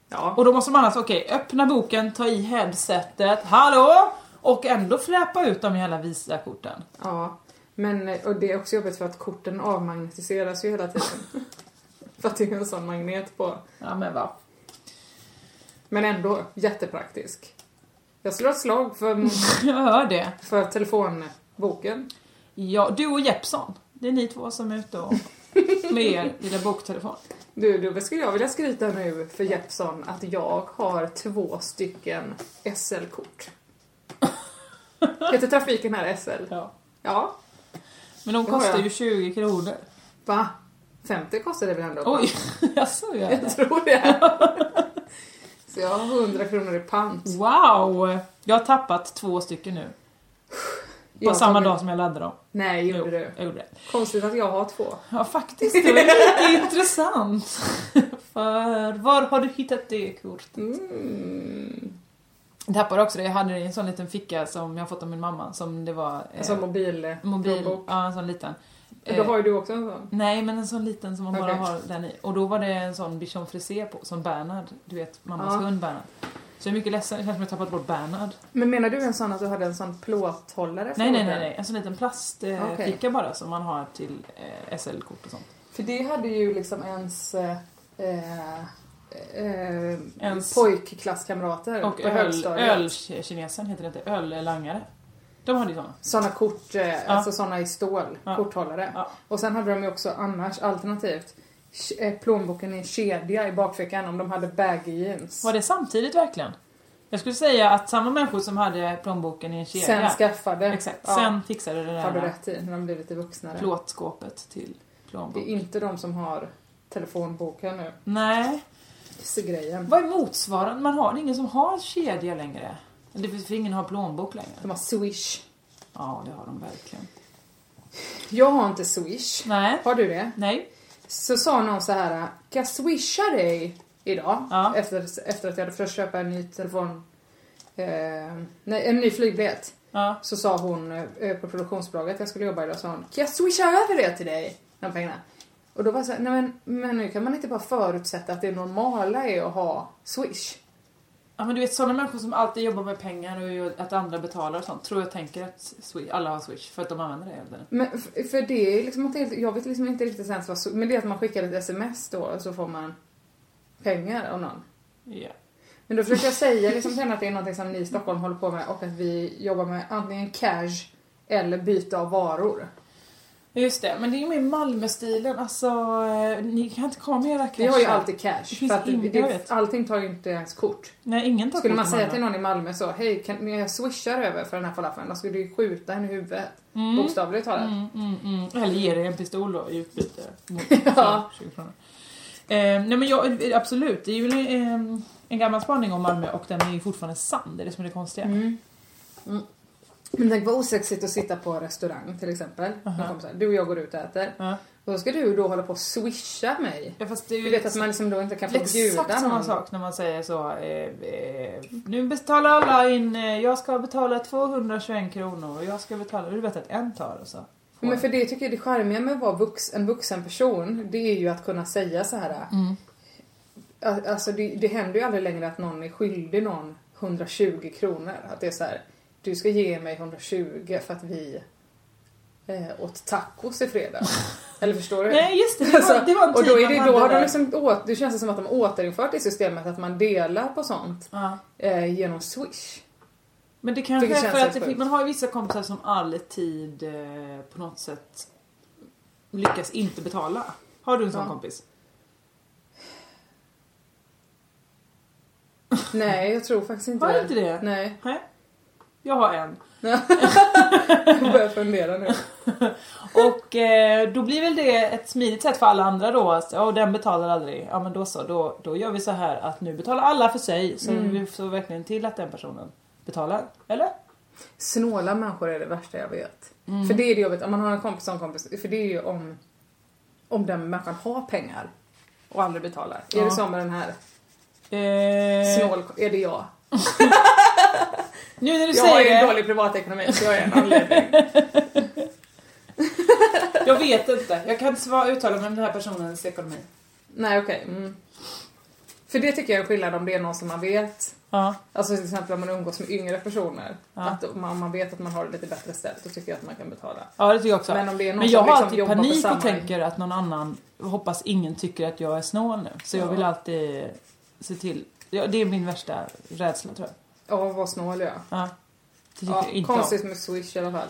Speaker 7: Ja.
Speaker 6: Och då måste man alltså, okej, öppna boken, ta i headsetet, hallå! Och ändå fläpa ut de jävla visa korten.
Speaker 7: ja. Men eh, och det är också jobbigt för att korten avmagnetiseras ju hela tiden. för att det är en sån magnet på.
Speaker 6: Ja men va.
Speaker 7: Men ändå, jättepraktisk. Jag slår ett slag för,
Speaker 6: Jag hör det.
Speaker 7: för telefonboken.
Speaker 6: Ja, du och Jeppson. Det är ni två som är ute och med er lilla boktelefon.
Speaker 7: Du, då skulle jag vilja skryta nu för Jeppson att jag har två stycken SL-kort. Heter trafiken här SL?
Speaker 6: Ja.
Speaker 7: Ja.
Speaker 6: Men de
Speaker 7: Det har
Speaker 6: kostar
Speaker 7: jag.
Speaker 6: ju 20 kronor.
Speaker 7: Va? 50 kostar det väl ändå?
Speaker 6: Oj, jaså gör det?
Speaker 7: Jag tror det. Så jag har 100 kronor i pant.
Speaker 6: Mm. Wow! Jag har tappat två stycken nu. På
Speaker 7: Jag
Speaker 6: samma
Speaker 7: tar-
Speaker 6: dag som jag laddade dem.
Speaker 7: Nej, gjorde
Speaker 6: Jo,
Speaker 7: du?
Speaker 6: jag gjorde det.
Speaker 7: Konstigt att jag har två.
Speaker 6: Ja faktiskt, det var lite intressant. För var har du hittat det kortet?
Speaker 7: Mm.
Speaker 6: Jag tappade också det, jag hade det i en sån liten ficka som jag fått av min mamma som det var eh,
Speaker 7: En sån Alltså mobil...
Speaker 6: mobil,
Speaker 7: plånbok.
Speaker 6: ja en sån liten.
Speaker 7: Då
Speaker 6: Eh,
Speaker 7: har ju du också en sån.
Speaker 6: nej men en sån liten som man bara
Speaker 7: Okej.
Speaker 6: har den i. Och då var det en sån bichon frisé på, som Bernhard, du vet mammas
Speaker 7: Ja.
Speaker 6: hund Bernhard. Så jag är mycket ledsen, det känns som jag tappat bort Bernhard.
Speaker 7: Men menar du en sån att du hade en sån plåthållare?
Speaker 6: Nej
Speaker 7: för
Speaker 6: nej nej,
Speaker 7: den?
Speaker 6: nej. en sån liten plastficka eh,
Speaker 7: Okej.
Speaker 6: ficka bara som man har till eh, SL-kort och sånt.
Speaker 7: För det hade ju liksom ens, eh, eh, eh,
Speaker 6: Ens-
Speaker 7: pojkklasskamrater
Speaker 6: Och
Speaker 7: på
Speaker 6: öl,
Speaker 7: högstadiet.
Speaker 6: ölkinesen heter det inte, öllangare. De hade ju såna.
Speaker 7: Såna kort, eh, alltså såna i stål,
Speaker 6: Ja.
Speaker 7: korthållare.
Speaker 6: Ja.
Speaker 7: Och sen hade de ju också annars alternativt ke- eh, plånboken i en kedja i bakfickan om de hade baggy jeans.
Speaker 6: Var det samtidigt verkligen? Jag skulle säga att samma människor som hade plånboken i en kedja,
Speaker 7: Sen skaffade.
Speaker 6: exakt,
Speaker 7: Ja,
Speaker 6: sen fixade det
Speaker 7: har du
Speaker 6: där
Speaker 7: rätt i, när de blev lite vuxnare.
Speaker 6: plåtskåpet till
Speaker 7: Det är
Speaker 6: plånboken.
Speaker 7: inte de som har telefonboken nu.
Speaker 6: Nej,
Speaker 7: Det är grejen.
Speaker 6: vad är motsvarande? Man har det är ingen som har kedja längre. Det finns för ingen har plånbok längre.
Speaker 7: De har swish.
Speaker 6: Ja, det har de verkligen.
Speaker 7: Jag har inte swish.
Speaker 6: Nej.
Speaker 7: Har du det?
Speaker 6: Nej,
Speaker 7: så sa någon så här, kan jag swisha dig idag?
Speaker 6: Ja.
Speaker 7: Efter, efter att jag hade försökt köpa en ny telefon, eh, nej en ny flygbiljett.
Speaker 6: Ja.
Speaker 7: Så sa hon eh, på produktionsbolaget jag skulle jobba idag, sa hon, kan jag swisha över det till dig? De pengarna. Och då var jag så här, nej men, men nu kan man inte bara förutsätta att det normala är att ha swish.
Speaker 6: ja, men du vet sådana människor som alltid jobbar med pengar och gör att andra betalar och sånt, tror jag tänker att Swi- alla har Swish för att de använder det hela tiden.
Speaker 7: Men f- för det är liksom inte, helt- jag vet liksom inte riktigt ens vad, sw- men det är att man skickar ett sms då och så får man pengar av någon.
Speaker 6: Ja.
Speaker 7: Men då försöker jag säga liksom sen att det är någonting som ni i Stockholm håller på med och att vi jobbar med antingen cash eller byte av varor.
Speaker 6: Just det, men det är ju mer Malmö-stilen, alltså eh, ni kan inte komma med era
Speaker 7: Vi har ju
Speaker 6: cash.
Speaker 7: alltid cash.
Speaker 6: finns
Speaker 7: För att
Speaker 6: ingen- jag
Speaker 7: det,
Speaker 6: vet.
Speaker 7: allting tar ju inte ens kort.
Speaker 6: Nej, ingen tar
Speaker 7: Skulle man
Speaker 6: kort i
Speaker 7: säga
Speaker 6: Malmö.
Speaker 7: till någon i Malmö så, hej kan jag swishar över för den här falafeln? De skulle ju skjuta henne i huvudet.
Speaker 6: Mm.
Speaker 7: Bokstavligt talat.
Speaker 6: Eller ger dig en pistol då i utbyte mot för 20 kronor. Eh, nej men jag, absolut, det är ju en, eh, en gammal spaning om Malmö och den är ju fortfarande sann, det är det som är det konstiga.
Speaker 7: Mm. Men tänk vad osexigt att sitta på restaurang till exempel. Med kompisar. Du och jag går ut och äter. Och då ska du då hålla på och swisha mig.
Speaker 6: Ja, fast det är
Speaker 7: Du
Speaker 6: ju
Speaker 7: vet att man liksom då inte kan
Speaker 6: det
Speaker 7: få
Speaker 6: är
Speaker 7: bjuda
Speaker 6: exakt samma
Speaker 7: någon.
Speaker 6: sak när man säger så. Eh, eh, nu betalar alla in, eh, jag ska betala 221 kronor och jag ska betala, du vet att en tar och så. får
Speaker 7: Men för det tycker jag det charmiga med att vara vux, en vuxen person, det är ju att kunna säga så här.
Speaker 6: Mm.
Speaker 7: Al- Alltså det, det händer ju aldrig längre att någon är skyldig någon 120 kronor. Att det är så här, du ska ge mig 120 för att vi eh, åt tacos i fredag. Eller förstår du? Alltså,
Speaker 6: Nej, just det, det var- det var en
Speaker 7: och
Speaker 6: tid
Speaker 7: då är
Speaker 6: man
Speaker 7: det,
Speaker 6: hade
Speaker 7: då har
Speaker 6: det.
Speaker 7: de liksom, åt, det känns som att de har återinfört det systemet att man delar på sånt
Speaker 6: Ja.
Speaker 7: eh, genom swish.
Speaker 6: Men det kanske
Speaker 7: Vilket
Speaker 6: är för
Speaker 7: känns
Speaker 6: att det,
Speaker 7: helt
Speaker 6: fin-
Speaker 7: sjukt.
Speaker 6: man har ju vissa kompisar som alltid eh, på något sätt lyckas inte betala. Har du en sån
Speaker 7: Ja.
Speaker 6: kompis?
Speaker 7: Nej, jag tror faktiskt inte
Speaker 6: Har du inte det?
Speaker 7: Nej,
Speaker 6: Nej. Jag har en.
Speaker 7: jag börjar fundera nu.
Speaker 6: Och eh, då blir väl det ett smidigt sätt för alla andra då. att, Ja, och den betalar aldrig. Ja men då så, då, då gör vi så här att nu betalar alla för sig. Så
Speaker 7: Mm.
Speaker 6: vi får verkligen till att den personen betalar. Eller?
Speaker 7: Snåla människor är det värsta jag vet.
Speaker 6: Mm.
Speaker 7: För det är det jobbigt, om man har en kompis som kompis, för det är ju om, om den människan har pengar och aldrig betalar. Är det som med den här
Speaker 6: Eh,
Speaker 7: snål, är det jag?
Speaker 6: nu när du
Speaker 7: Jag har ju
Speaker 6: säger
Speaker 7: en
Speaker 6: det.
Speaker 7: dålig privatekonomi så jag är en anledning.
Speaker 6: Jag vet inte. Jag kan inte svara- uttala mig om den här personens ekonomi.
Speaker 7: Nej okej. Mm. För det tycker jag är skillnad om det är någon som man vet.
Speaker 6: Ja.
Speaker 7: Alltså till exempel om man umgås med yngre personer. Att om man- om man vet att man har det lite bättre ställt då tycker jag att man kan betala.
Speaker 6: Ja det tycker jag också.
Speaker 7: Men om det är någon
Speaker 6: Men jag
Speaker 7: som
Speaker 6: har
Speaker 7: liksom
Speaker 6: alltid
Speaker 7: jobbar på
Speaker 6: panik
Speaker 7: samma-
Speaker 6: och tänker att någon annan, hoppas ingen tycker att jag är snål nu. Så jag vill alltid se till, ja, det är min värsta rädsla tror jag.
Speaker 7: Ja vad snål jag är.
Speaker 6: Ja. Det tycker
Speaker 7: ja,
Speaker 6: jag inte
Speaker 7: Konstigt
Speaker 6: konstigt.
Speaker 7: med swish i alla fall.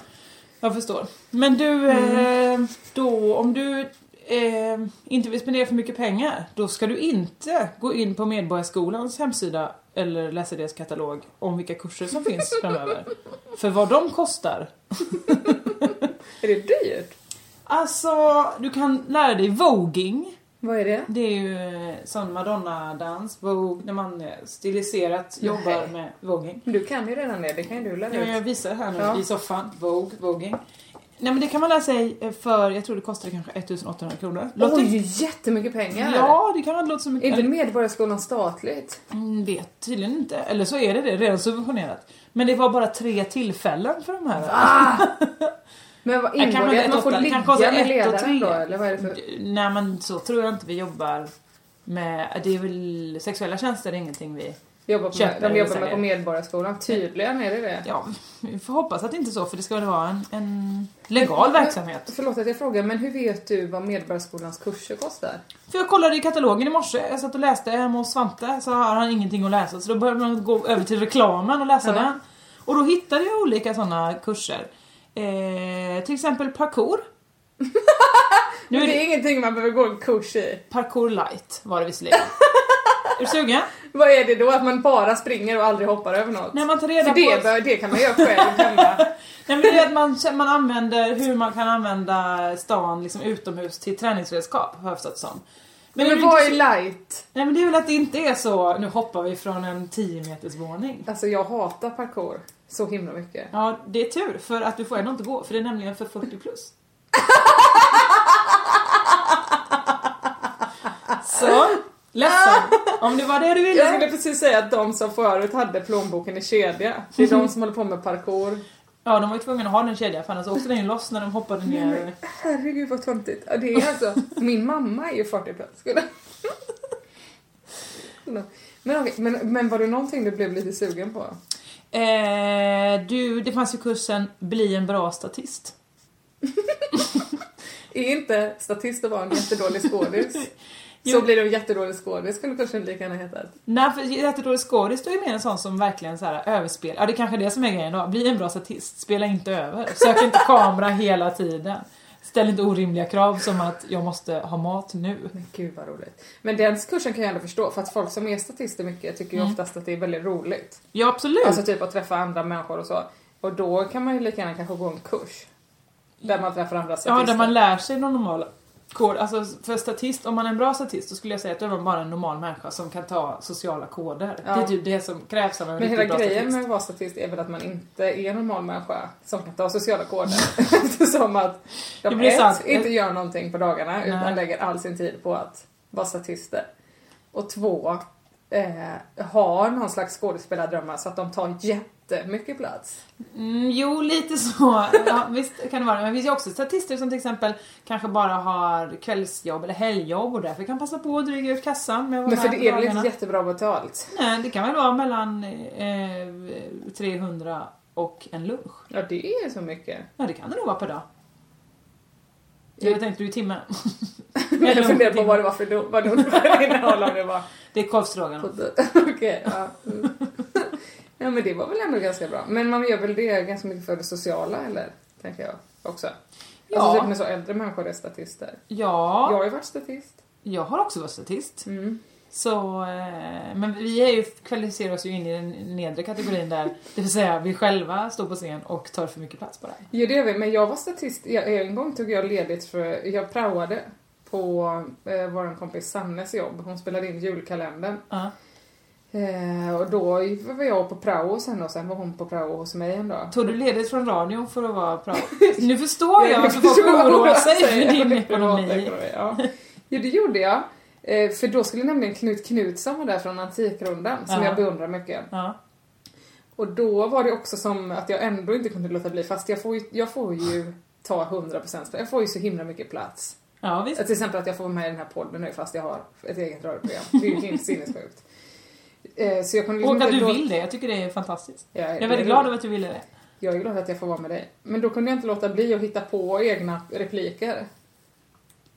Speaker 6: Jag förstår. Men du,
Speaker 7: Mm.
Speaker 6: eh, då om du eh, inte vill spendera för mycket pengar, då ska du inte gå in på Medborgarskolans hemsida eller läsa deras katalog om vilka kurser som finns framöver. För vad de kostar
Speaker 7: Är det dyrt?
Speaker 6: Alltså, du kan lära dig voging.
Speaker 7: Vad är det?
Speaker 6: Det är ju eh, sån Madonna-dans, vogue, när man eh, stiliserat jobbar
Speaker 7: Nej.
Speaker 6: med voging.
Speaker 7: Men Du kan ju redan det, det kan ju du lära
Speaker 6: Ja, men jag
Speaker 7: ut.
Speaker 6: visar här nu
Speaker 7: Ja.
Speaker 6: i soffan, vogue, voging. Nej men det kan man lära sig eh, för, jag tror det kostade kanske 1800 kronor. Låter
Speaker 7: Oj, jättemycket pengar!
Speaker 6: Ja, det kan inte låta så
Speaker 7: Är
Speaker 6: mycket.
Speaker 7: inte Medborgarskolan statligt?
Speaker 6: Mm, vet tydligen inte. Eller så är det det, redan subventionerat. Men det var bara tre tillfällen för de här. Alltså,
Speaker 7: Men vad
Speaker 6: Jag kan
Speaker 7: ingår
Speaker 6: väl
Speaker 7: det att man får
Speaker 6: ett åtta- kan kosta
Speaker 7: ligga
Speaker 6: ett
Speaker 7: med
Speaker 6: och
Speaker 7: ledaren
Speaker 6: tre.
Speaker 7: då? Eller vad är det för...
Speaker 6: Nej men så tror jag inte vi jobbar med, det är väl sexuella tjänster, det är ingenting vi
Speaker 7: Jobbar på,
Speaker 6: Köper
Speaker 7: de
Speaker 6: eller
Speaker 7: jobbar med, på
Speaker 6: säljer.
Speaker 7: Medborgarskolan, tydligen är det det.
Speaker 6: Ja, vi får hoppas att det inte är så för det ska väl vara en, en legal verksamhet.
Speaker 7: Men, förlåt att jag frågar, men hur vet du vad Medborgarskolans kurser kostar?
Speaker 6: För jag kollade i katalogen i morse, jag satt och läste hemma hos Svante så har han ingenting att läsa så då började man gå över till reklamen och läsa
Speaker 7: Ja.
Speaker 6: den. Och då hittade jag olika sådana kurser. Eh, till exempel parkour. nu är
Speaker 7: det
Speaker 6: det
Speaker 7: är ingenting man behöver gå en kurs i.
Speaker 6: parkour light var det visserligen. är du sugen?
Speaker 7: Vad är det då? Att man bara springer och aldrig hoppar över något?
Speaker 6: När man tar reda
Speaker 7: För
Speaker 6: på...
Speaker 7: det, bör, det kan man göra själv hemma.
Speaker 6: Nej men det är att man, man använder hur man kan använda stan liksom utomhus till träningsredskap har jag förstått som.
Speaker 7: Men,
Speaker 6: är du
Speaker 7: vad
Speaker 6: inte
Speaker 7: är light?
Speaker 6: Nej men det är väl att det inte är så, nu hoppar vi från en 10 meters våning.
Speaker 7: Alltså jag hatar parkour så himla mycket.
Speaker 6: Ja, det är tur för att du får ändå inte gå, för det är nämligen för 40 plus. Så, ledsen. Om det var det du ville.
Speaker 7: Jag skulle precis säga att de som förut hade plånboken i kedja, det är de som håller på med parkour.
Speaker 6: Ja, de var ju tvungna att ha den kedjan för annars åkte den ju loss när de hoppade ner.
Speaker 7: Herregud vad töntigt. Ja, det är alltså, min mamma är ju 40 plus. skulle- Men, okej, men, men var det någonting du blev lite sugen på?
Speaker 6: Eh, du, det fanns ju kursen Bli en bra statist.
Speaker 7: Är inte statist att vara en jättedålig skådis? Så
Speaker 6: Jo.
Speaker 7: blir du en jättedålig skådis skulle kursen lika gärna heta.
Speaker 6: Nej, för jättedålig skådis då är ju mer en sån som verkligen så här överspelar. Ja, det är kanske är det som är grejen då. Bli en bra statist, spela inte över. Sök inte kamera hela tiden. Ställ inte orimliga krav som att jag måste ha mat nu.
Speaker 7: Men gud vad roligt. Men den kursen kan jag ändå förstå för att folk som är statister mycket tycker ju oftast att det är väldigt roligt.
Speaker 6: Ja, absolut.
Speaker 7: Alltså typ att träffa andra människor och så. Och då kan man ju lika gärna kanske gå en kurs. Där man träffar andra
Speaker 6: ja,
Speaker 7: statister.
Speaker 6: där man lär sig de normala koder. Alltså för statist, om man är en bra statist, då skulle jag säga att då är man bara en normal människa som kan ta sociala koder.
Speaker 7: Ja.
Speaker 6: Det är typ det som krävs av en
Speaker 7: Men
Speaker 6: riktigt
Speaker 7: hela
Speaker 6: bra
Speaker 7: grejen med
Speaker 6: statist.
Speaker 7: att vara statist är väl att man inte är en normal människa som kan ta sociala koder. som att de
Speaker 6: Det blir
Speaker 7: ett,
Speaker 6: sant.
Speaker 7: inte gör någonting på dagarna utan
Speaker 6: Nej.
Speaker 7: lägger all sin tid på att vara statister. Och två, eh, har någon slags skådespelardrömmar så att de tar jättemycket plats.
Speaker 6: Mm, jo, lite så. Ja, visst kan det vara. Men det finns ju också statister som till exempel kanske bara har kvällsjobb eller helgjobb och därför kan passa på att dryga ut kassan med att vara
Speaker 7: Men för
Speaker 6: med
Speaker 7: det är
Speaker 6: på
Speaker 7: väl
Speaker 6: dagarna.
Speaker 7: inte jättebra betalt?
Speaker 6: Nej, det kan väl vara mellan eh, 300 och en lunch.
Speaker 7: Ja, det är så mycket.
Speaker 6: Ja, det kan det nog vara per dag. Jag tänkte du i timmen. En
Speaker 7: Jag
Speaker 6: lunch
Speaker 7: funderar
Speaker 6: i
Speaker 7: på
Speaker 6: timmen.
Speaker 7: vad det var för do- vad det var för innehåll om det var
Speaker 6: Det är korvstroganoff.
Speaker 7: Okej, ja. Mm. Ja men det var väl ändå ganska bra. Men man gör väl det ganska mycket för det sociala eller? Tänker jag också.
Speaker 6: Ja.
Speaker 7: Alltså typ när så äldre människor är statister.
Speaker 6: Ja,
Speaker 7: Jag har ju varit statist.
Speaker 6: jag har också varit statist.
Speaker 7: Mm.
Speaker 6: Så, eh, men vi är ju, kvalificerar oss ju in i den nedre kategorin där, det vill säga vi själva står på scen och tar för mycket plats bara.
Speaker 7: Jo det är vi, men jag var statist. Jag, en gång tog jag ledigt för jag praoade på eh, vår kompis Sannes jobb. Hon spelade in julkalendern.
Speaker 6: Ja.
Speaker 7: Eh, och då var jag på prao sen och sen var hon på prao hos mig en dag.
Speaker 6: Tog du ledigt från radion för att vara bra? Nu förstår jag varför folk
Speaker 7: förstår vad
Speaker 6: oroar
Speaker 7: jag
Speaker 6: sig
Speaker 7: säger.
Speaker 6: för din
Speaker 7: Privat
Speaker 6: ekonomi.
Speaker 7: ja. Jo, det gjorde jag. Eh, För då skulle nämligen Knut Knutsson vara där från Antikrundan, som
Speaker 6: Ja.
Speaker 7: jag beundrar mycket.
Speaker 6: Ja.
Speaker 7: Och då var det också som att jag ändå inte kunde låta bli, fast jag får ju, jag får ju ta 100% jag får ju så himla mycket plats.
Speaker 6: ja, visst.
Speaker 7: Till exempel att jag får vara med i den här podden nu fast jag har ett eget radioprogram. Det är ju helt sinnessjukt. Eh, Så jag kunde liksom
Speaker 6: Och att du
Speaker 7: låta-
Speaker 6: vill det, jag tycker det är fantastiskt.
Speaker 7: Ja,
Speaker 6: jag
Speaker 7: det
Speaker 6: är
Speaker 7: är
Speaker 6: väldigt
Speaker 7: det.
Speaker 6: glad över att du ville det.
Speaker 7: Jag är glad att jag får vara med dig. Men då kunde jag inte låta bli att hitta på egna repliker.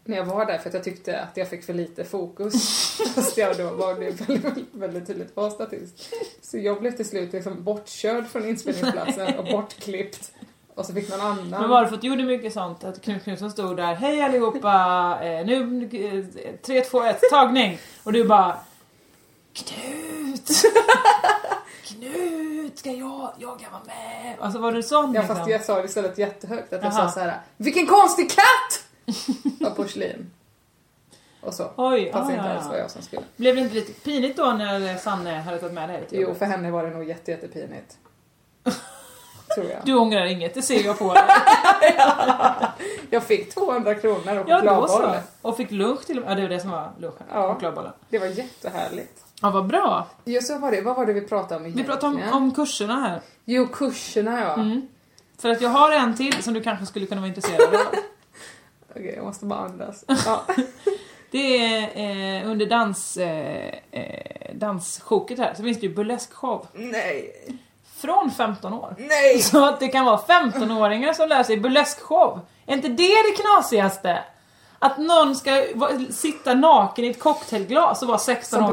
Speaker 7: När jag var där för att jag tyckte att jag fick för lite fokus. Fast jag då var det väldigt, väldigt tydligt var statist. Så jag blev till slut liksom bortkörd från inspelningsplatsen och bortklippt. Och så fick någon annan.
Speaker 6: Men var det för att du gjorde mycket sånt? Att Knut Knutsson stod där, hej allihopa, eh, nu, eh, 3, 2, 1, tagning! Och du bara Knut! Knut, ska jag, jag kan vara med! Alltså var det sånt
Speaker 7: Ja fast jag sa det istället jättehögt att jag
Speaker 6: Jaha.
Speaker 7: sa så här. Vilken konstig katt! Av porslin. Och så.
Speaker 6: Oj,
Speaker 7: fast
Speaker 6: ja,
Speaker 7: inte
Speaker 6: ja,
Speaker 7: alls
Speaker 6: ja.
Speaker 7: var jag som skulle.
Speaker 6: Blev det inte lite pinigt då när Sanne hade tagit med dig? till
Speaker 7: Jo
Speaker 6: jobbet?
Speaker 7: för henne var det nog jätte, jättepinigt. Tror jag.
Speaker 6: Du ångrar inget, det ser jag på dig.
Speaker 7: Jag fick 200 kronor och
Speaker 6: Ja, då
Speaker 7: chokladboll.
Speaker 6: så. Och fick lunch till och med. Ja, det var det som var lunchen.
Speaker 7: Ja.
Speaker 6: Chokladbollen.
Speaker 7: det var jättehärligt.
Speaker 6: Ja, vad bra.
Speaker 7: Jo, så var det. Vad var det vi pratade om
Speaker 6: Vi
Speaker 7: egentligen?
Speaker 6: pratar om, Mm. om kurserna här.
Speaker 7: Jo, kurserna ja.
Speaker 6: För att jag har en till som du kanske skulle kunna vara intresserad av.
Speaker 7: Okej, jag måste bara andas. Ja.
Speaker 6: Det är eh, under dans, eh, eh, danssjoket här så finns det ju burleskshow.
Speaker 7: Nej,
Speaker 6: Från 15 år.
Speaker 7: nej!
Speaker 6: Så att det kan vara 15-åringar som lär sig burleskshow. Är inte det det knasigaste? Att någon ska va- sitta naken i ett cocktailglas och vara 16 år.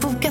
Speaker 8: Boka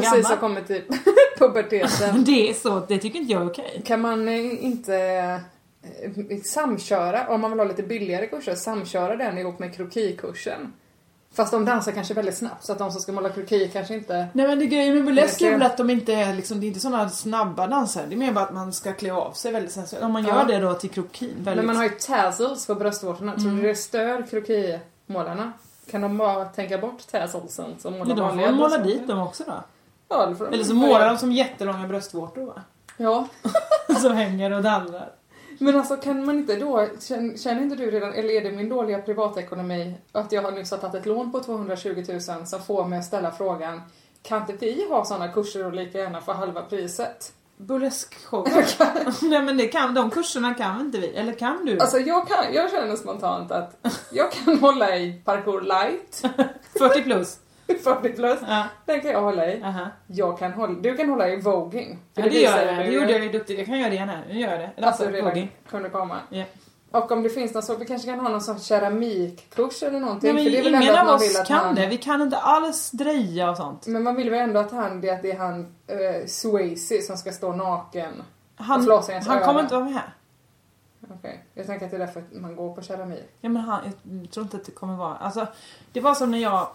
Speaker 7: Precis har kommit typ puberteten.
Speaker 6: Det är så, det tycker inte jag är okej.
Speaker 7: Kan man eh, inte eh, samköra, om man vill ha lite billigare kurser, samköra den ihop med krokikursen? Fast de dansar kanske väldigt snabbt, så att de som ska måla kroki kanske inte...
Speaker 6: Nej men det grejen med burlesk är
Speaker 7: Verkligen.
Speaker 6: väl att de inte är liksom, det är inte sådana snabba danser. Det är mer bara att man ska klä av sig väldigt sensuellt. Om man gör
Speaker 7: Ja.
Speaker 6: det då till krokin. Väldigt... Mm.
Speaker 7: Men man har ju tassels på bröstvårtorna. Tror du det stör krokimålarna? Kan de bara tänka bort tasselsen som målar
Speaker 6: Men de får
Speaker 7: vanliga
Speaker 6: väl måla
Speaker 7: bröstvårtor?
Speaker 6: dit dem också då.
Speaker 7: Ja, det får de.
Speaker 6: Eller så målar de som jättelånga bröstvårtor va?
Speaker 7: Ja.
Speaker 6: Som hänger och dallrar.
Speaker 7: Men alltså kan man inte då, känner, känner inte du redan, eller är det min dåliga privatekonomi, att jag har nyss har tagit ett lån på 220 000 som får mig att ställa frågan kan inte vi ha sådana kurser och lika gärna för halva priset?
Speaker 6: Burleskshower. Nej men det kan, de kurserna kan inte vi. Eller kan du?
Speaker 7: Alltså jag, kan, jag känner spontant att jag kan hålla i parkour light,
Speaker 6: 40 plus.
Speaker 7: 40 plus,
Speaker 6: Ja.
Speaker 7: den kan jag hålla i.
Speaker 6: Aha.
Speaker 7: Jag kan hålla, du kan hålla i voging. För
Speaker 6: Ja, det gör
Speaker 7: visade
Speaker 6: jag. Det
Speaker 7: du-
Speaker 6: gjorde jag ju duktigt. Jag kan göra det igen här. Nu gör jag det. Eller,
Speaker 7: Alltså
Speaker 6: alltså,
Speaker 7: redan
Speaker 6: jogging.
Speaker 7: kunde komma.
Speaker 6: Ja.
Speaker 7: Och om det finns någon så, vi kanske kan ha någon sån keramikkurs eller
Speaker 6: Nej,
Speaker 7: någonting.
Speaker 6: men
Speaker 7: för det är väl ändå
Speaker 6: ingen
Speaker 7: att
Speaker 6: av
Speaker 7: man vill
Speaker 6: oss
Speaker 7: att
Speaker 6: kan
Speaker 7: han,
Speaker 6: det. Vi kan inte alls dreja och sånt.
Speaker 7: Men man vill väl ändå att han, det, att det är han eh, Swayze som ska stå naken. Och
Speaker 6: Han,
Speaker 7: flåsa ens
Speaker 6: han
Speaker 7: öra.
Speaker 6: kommer inte vara med.
Speaker 7: Okej. Jag tänker att det är därför man går på keramik.
Speaker 6: Ja, men han, jag tror inte att det kommer vara... Alltså, det var som när jag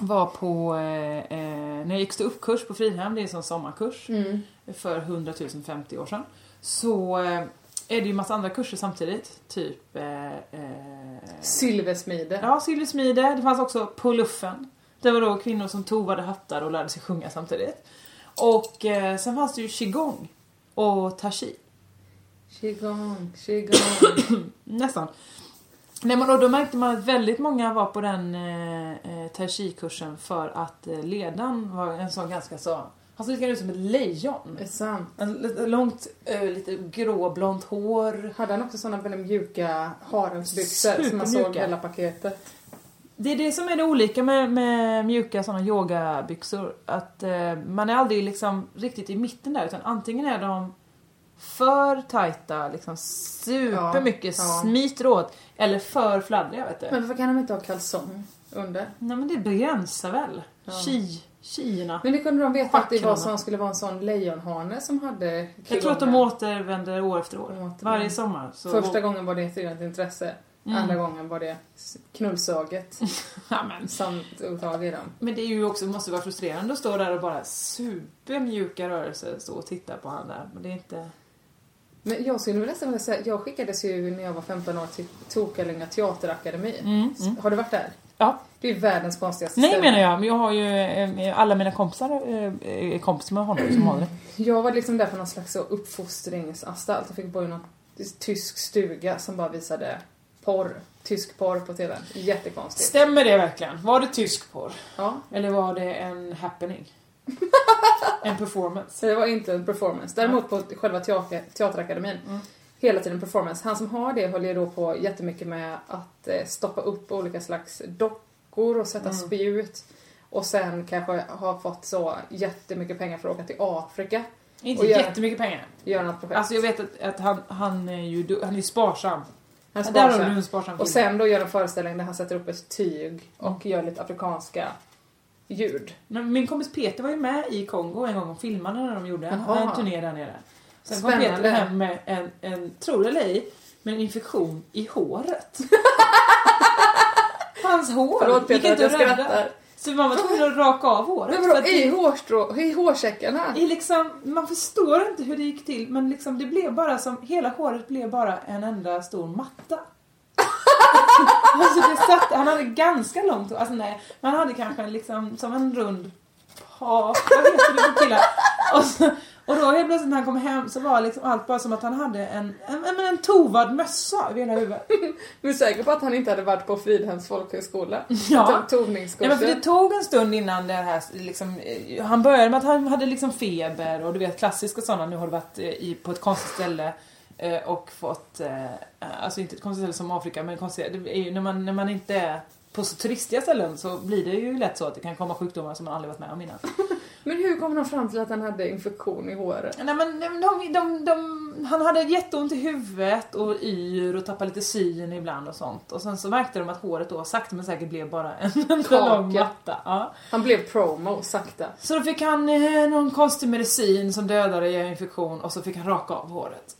Speaker 6: var på eh, eh, när jag gick uppkurs på Frihem, det är en sån sommarkurs för 100 050 år sedan. Så eh, är det ju massa andra kurser samtidigt. Typ eh, eh,
Speaker 7: Silversmide.
Speaker 6: Ja, silversmide. Det fanns också poluffen. Det var då kvinnor som tovade hattar och lärde sig sjunga samtidigt. Och eh, sen fanns det ju qigong och tashi.
Speaker 7: Qigong, qigong.
Speaker 6: Nästan. Nej, men då, då märkte man att väldigt många var på den eh, eh, tai chi-kursen för att eh, ledaren var en sån ganska så... Han såg lite grann ut som ett lejon.
Speaker 7: Är sant.
Speaker 6: En, lite långt, eh, lite gråblont hår.
Speaker 7: Hade han också såna väldigt mjuka haremsbyxor som man såg i
Speaker 6: Supermjuka.
Speaker 7: hela paketet?
Speaker 6: Det är det som är det olika med, med mjuka såna yogabyxor. Att eh, man är aldrig liksom riktigt i mitten där utan antingen är de för tajta, liksom supermycket,
Speaker 7: Ja, ja.
Speaker 6: smiter åt. Eller för fladdriga vet du.
Speaker 7: Men varför kan de inte ha kalsong under?
Speaker 6: Nej men det begränsar väl. Chi, chierna.
Speaker 7: Men det kunde de veta att det var
Speaker 6: Schackrarna.
Speaker 7: som skulle vara en sån lejonhane som hade
Speaker 6: Jag tror att de
Speaker 7: kilongar.
Speaker 6: återvänder år efter år.
Speaker 7: Återvänder.
Speaker 6: Varje sommar. Så
Speaker 7: Första gången var det ett rent intresse.
Speaker 6: Mm.
Speaker 7: Andra gången var det s- knullsaget.
Speaker 6: Ja, men.
Speaker 7: Samt att tag i dem.
Speaker 6: men det är ju också, måste vara frustrerande att stå där och bara supermjuka rörelser stå och titta på han där. Men det är inte...
Speaker 7: Men jag skulle väl nästan vilja säga, jag skickades ju när jag var 15 år till Tokalunga teaterakademi. Har du varit där?
Speaker 6: Ja,
Speaker 7: Det är världens konstigaste
Speaker 6: Mm, Nej menar jag, men jag har ju eh, alla mina kompisar eh, är kompis med honom som har det.
Speaker 7: Jag var liksom där på någon slags så uppfostringsanstalt och fick bo i någon tysk stuga som bara visade porr. Tysk porr på TV. Jättekonstigt.
Speaker 6: Stämmer det verkligen? Var det tysk porr?
Speaker 7: Ja.
Speaker 6: Eller var det en happening? en performance?
Speaker 7: Så det var inte en performance. Däremot på själva teater, teaterakademin.
Speaker 6: Mm.
Speaker 7: Hela tiden performance. Han som har det håller ju då på jättemycket med att eh, stoppa upp olika slags dockor och sätta
Speaker 6: Mm.
Speaker 7: spjut. Och sen kanske har fått så jättemycket pengar för att åka till Afrika.
Speaker 6: Inte
Speaker 7: Och göra-
Speaker 6: jättemycket pengar.
Speaker 7: Göra något projekt.
Speaker 6: Alltså jag vet att, att han, han är ju du- han är sparsam.
Speaker 7: Han
Speaker 6: Ja, där har
Speaker 7: sparsam.
Speaker 6: du en sparsam Mm.
Speaker 7: Och
Speaker 6: kille.
Speaker 7: sen då gör en föreställning där han sätter upp ett tyg och gör lite afrikanska ljud.
Speaker 6: Men min kompis Peter var ju med i Kongo en gång och filmade när de gjorde en,
Speaker 7: Jaha.
Speaker 6: en turné där nere. Sen kom
Speaker 7: Spännande.
Speaker 6: Peter hem med en, en tror det eller ej, men en infektion i håret. Hans hår
Speaker 7: Förlåt, Peter,
Speaker 6: gick inte
Speaker 7: att
Speaker 6: att
Speaker 7: jag
Speaker 6: rädda.
Speaker 7: skrattar.
Speaker 6: Så man var tvungen att raka av håret.
Speaker 7: Men
Speaker 6: för
Speaker 7: vadå,
Speaker 6: att
Speaker 7: i
Speaker 6: det,
Speaker 7: hårstrå... I hårsäckarna?
Speaker 6: i liksom, man förstår inte hur det gick till men liksom, det blev bara som, hela håret blev bara en enda stor matta. alltså det satt, han hade ganska långt hår, alltså nej, men han hade kanske liksom som en rund ha, vad heter det för killar? Och, så, och då helt plötsligt när han kom hem så var liksom allt bara som att han hade en, en, en, en tovad mössa över hela huvudet.
Speaker 7: Du är säker på att han inte hade varit på Fridhems folkhögskola?
Speaker 6: Ja.
Speaker 7: Tovningskurser?
Speaker 6: Ja, men för det tog en stund innan det här liksom, eh, Han började med att han hade liksom feber och du vet klassiska sådana, nu har du varit eh, i, på ett konstigt ställe eh, och fått, eh, alltså inte ett konstigt ställe som Afrika men konstigt, det är ju när man, när man inte är på så turistiga ställen så blir det ju lätt så att det kan komma sjukdomar som man aldrig varit med om innan.
Speaker 7: Men hur kom de fram till att han hade infektion i håret?
Speaker 6: Nej men de, de, de, de, han hade jätteont i huvudet och yr och tappade lite syn ibland och sånt. Och sen så märkte de att håret då sakta men säkert blev bara en enda lång
Speaker 7: Kaka.
Speaker 6: matta. Ja.
Speaker 7: Han blev promo, sakta.
Speaker 6: Så då fick han eh, någon konstig medicin som dödade i en infektion och så fick han raka av håret.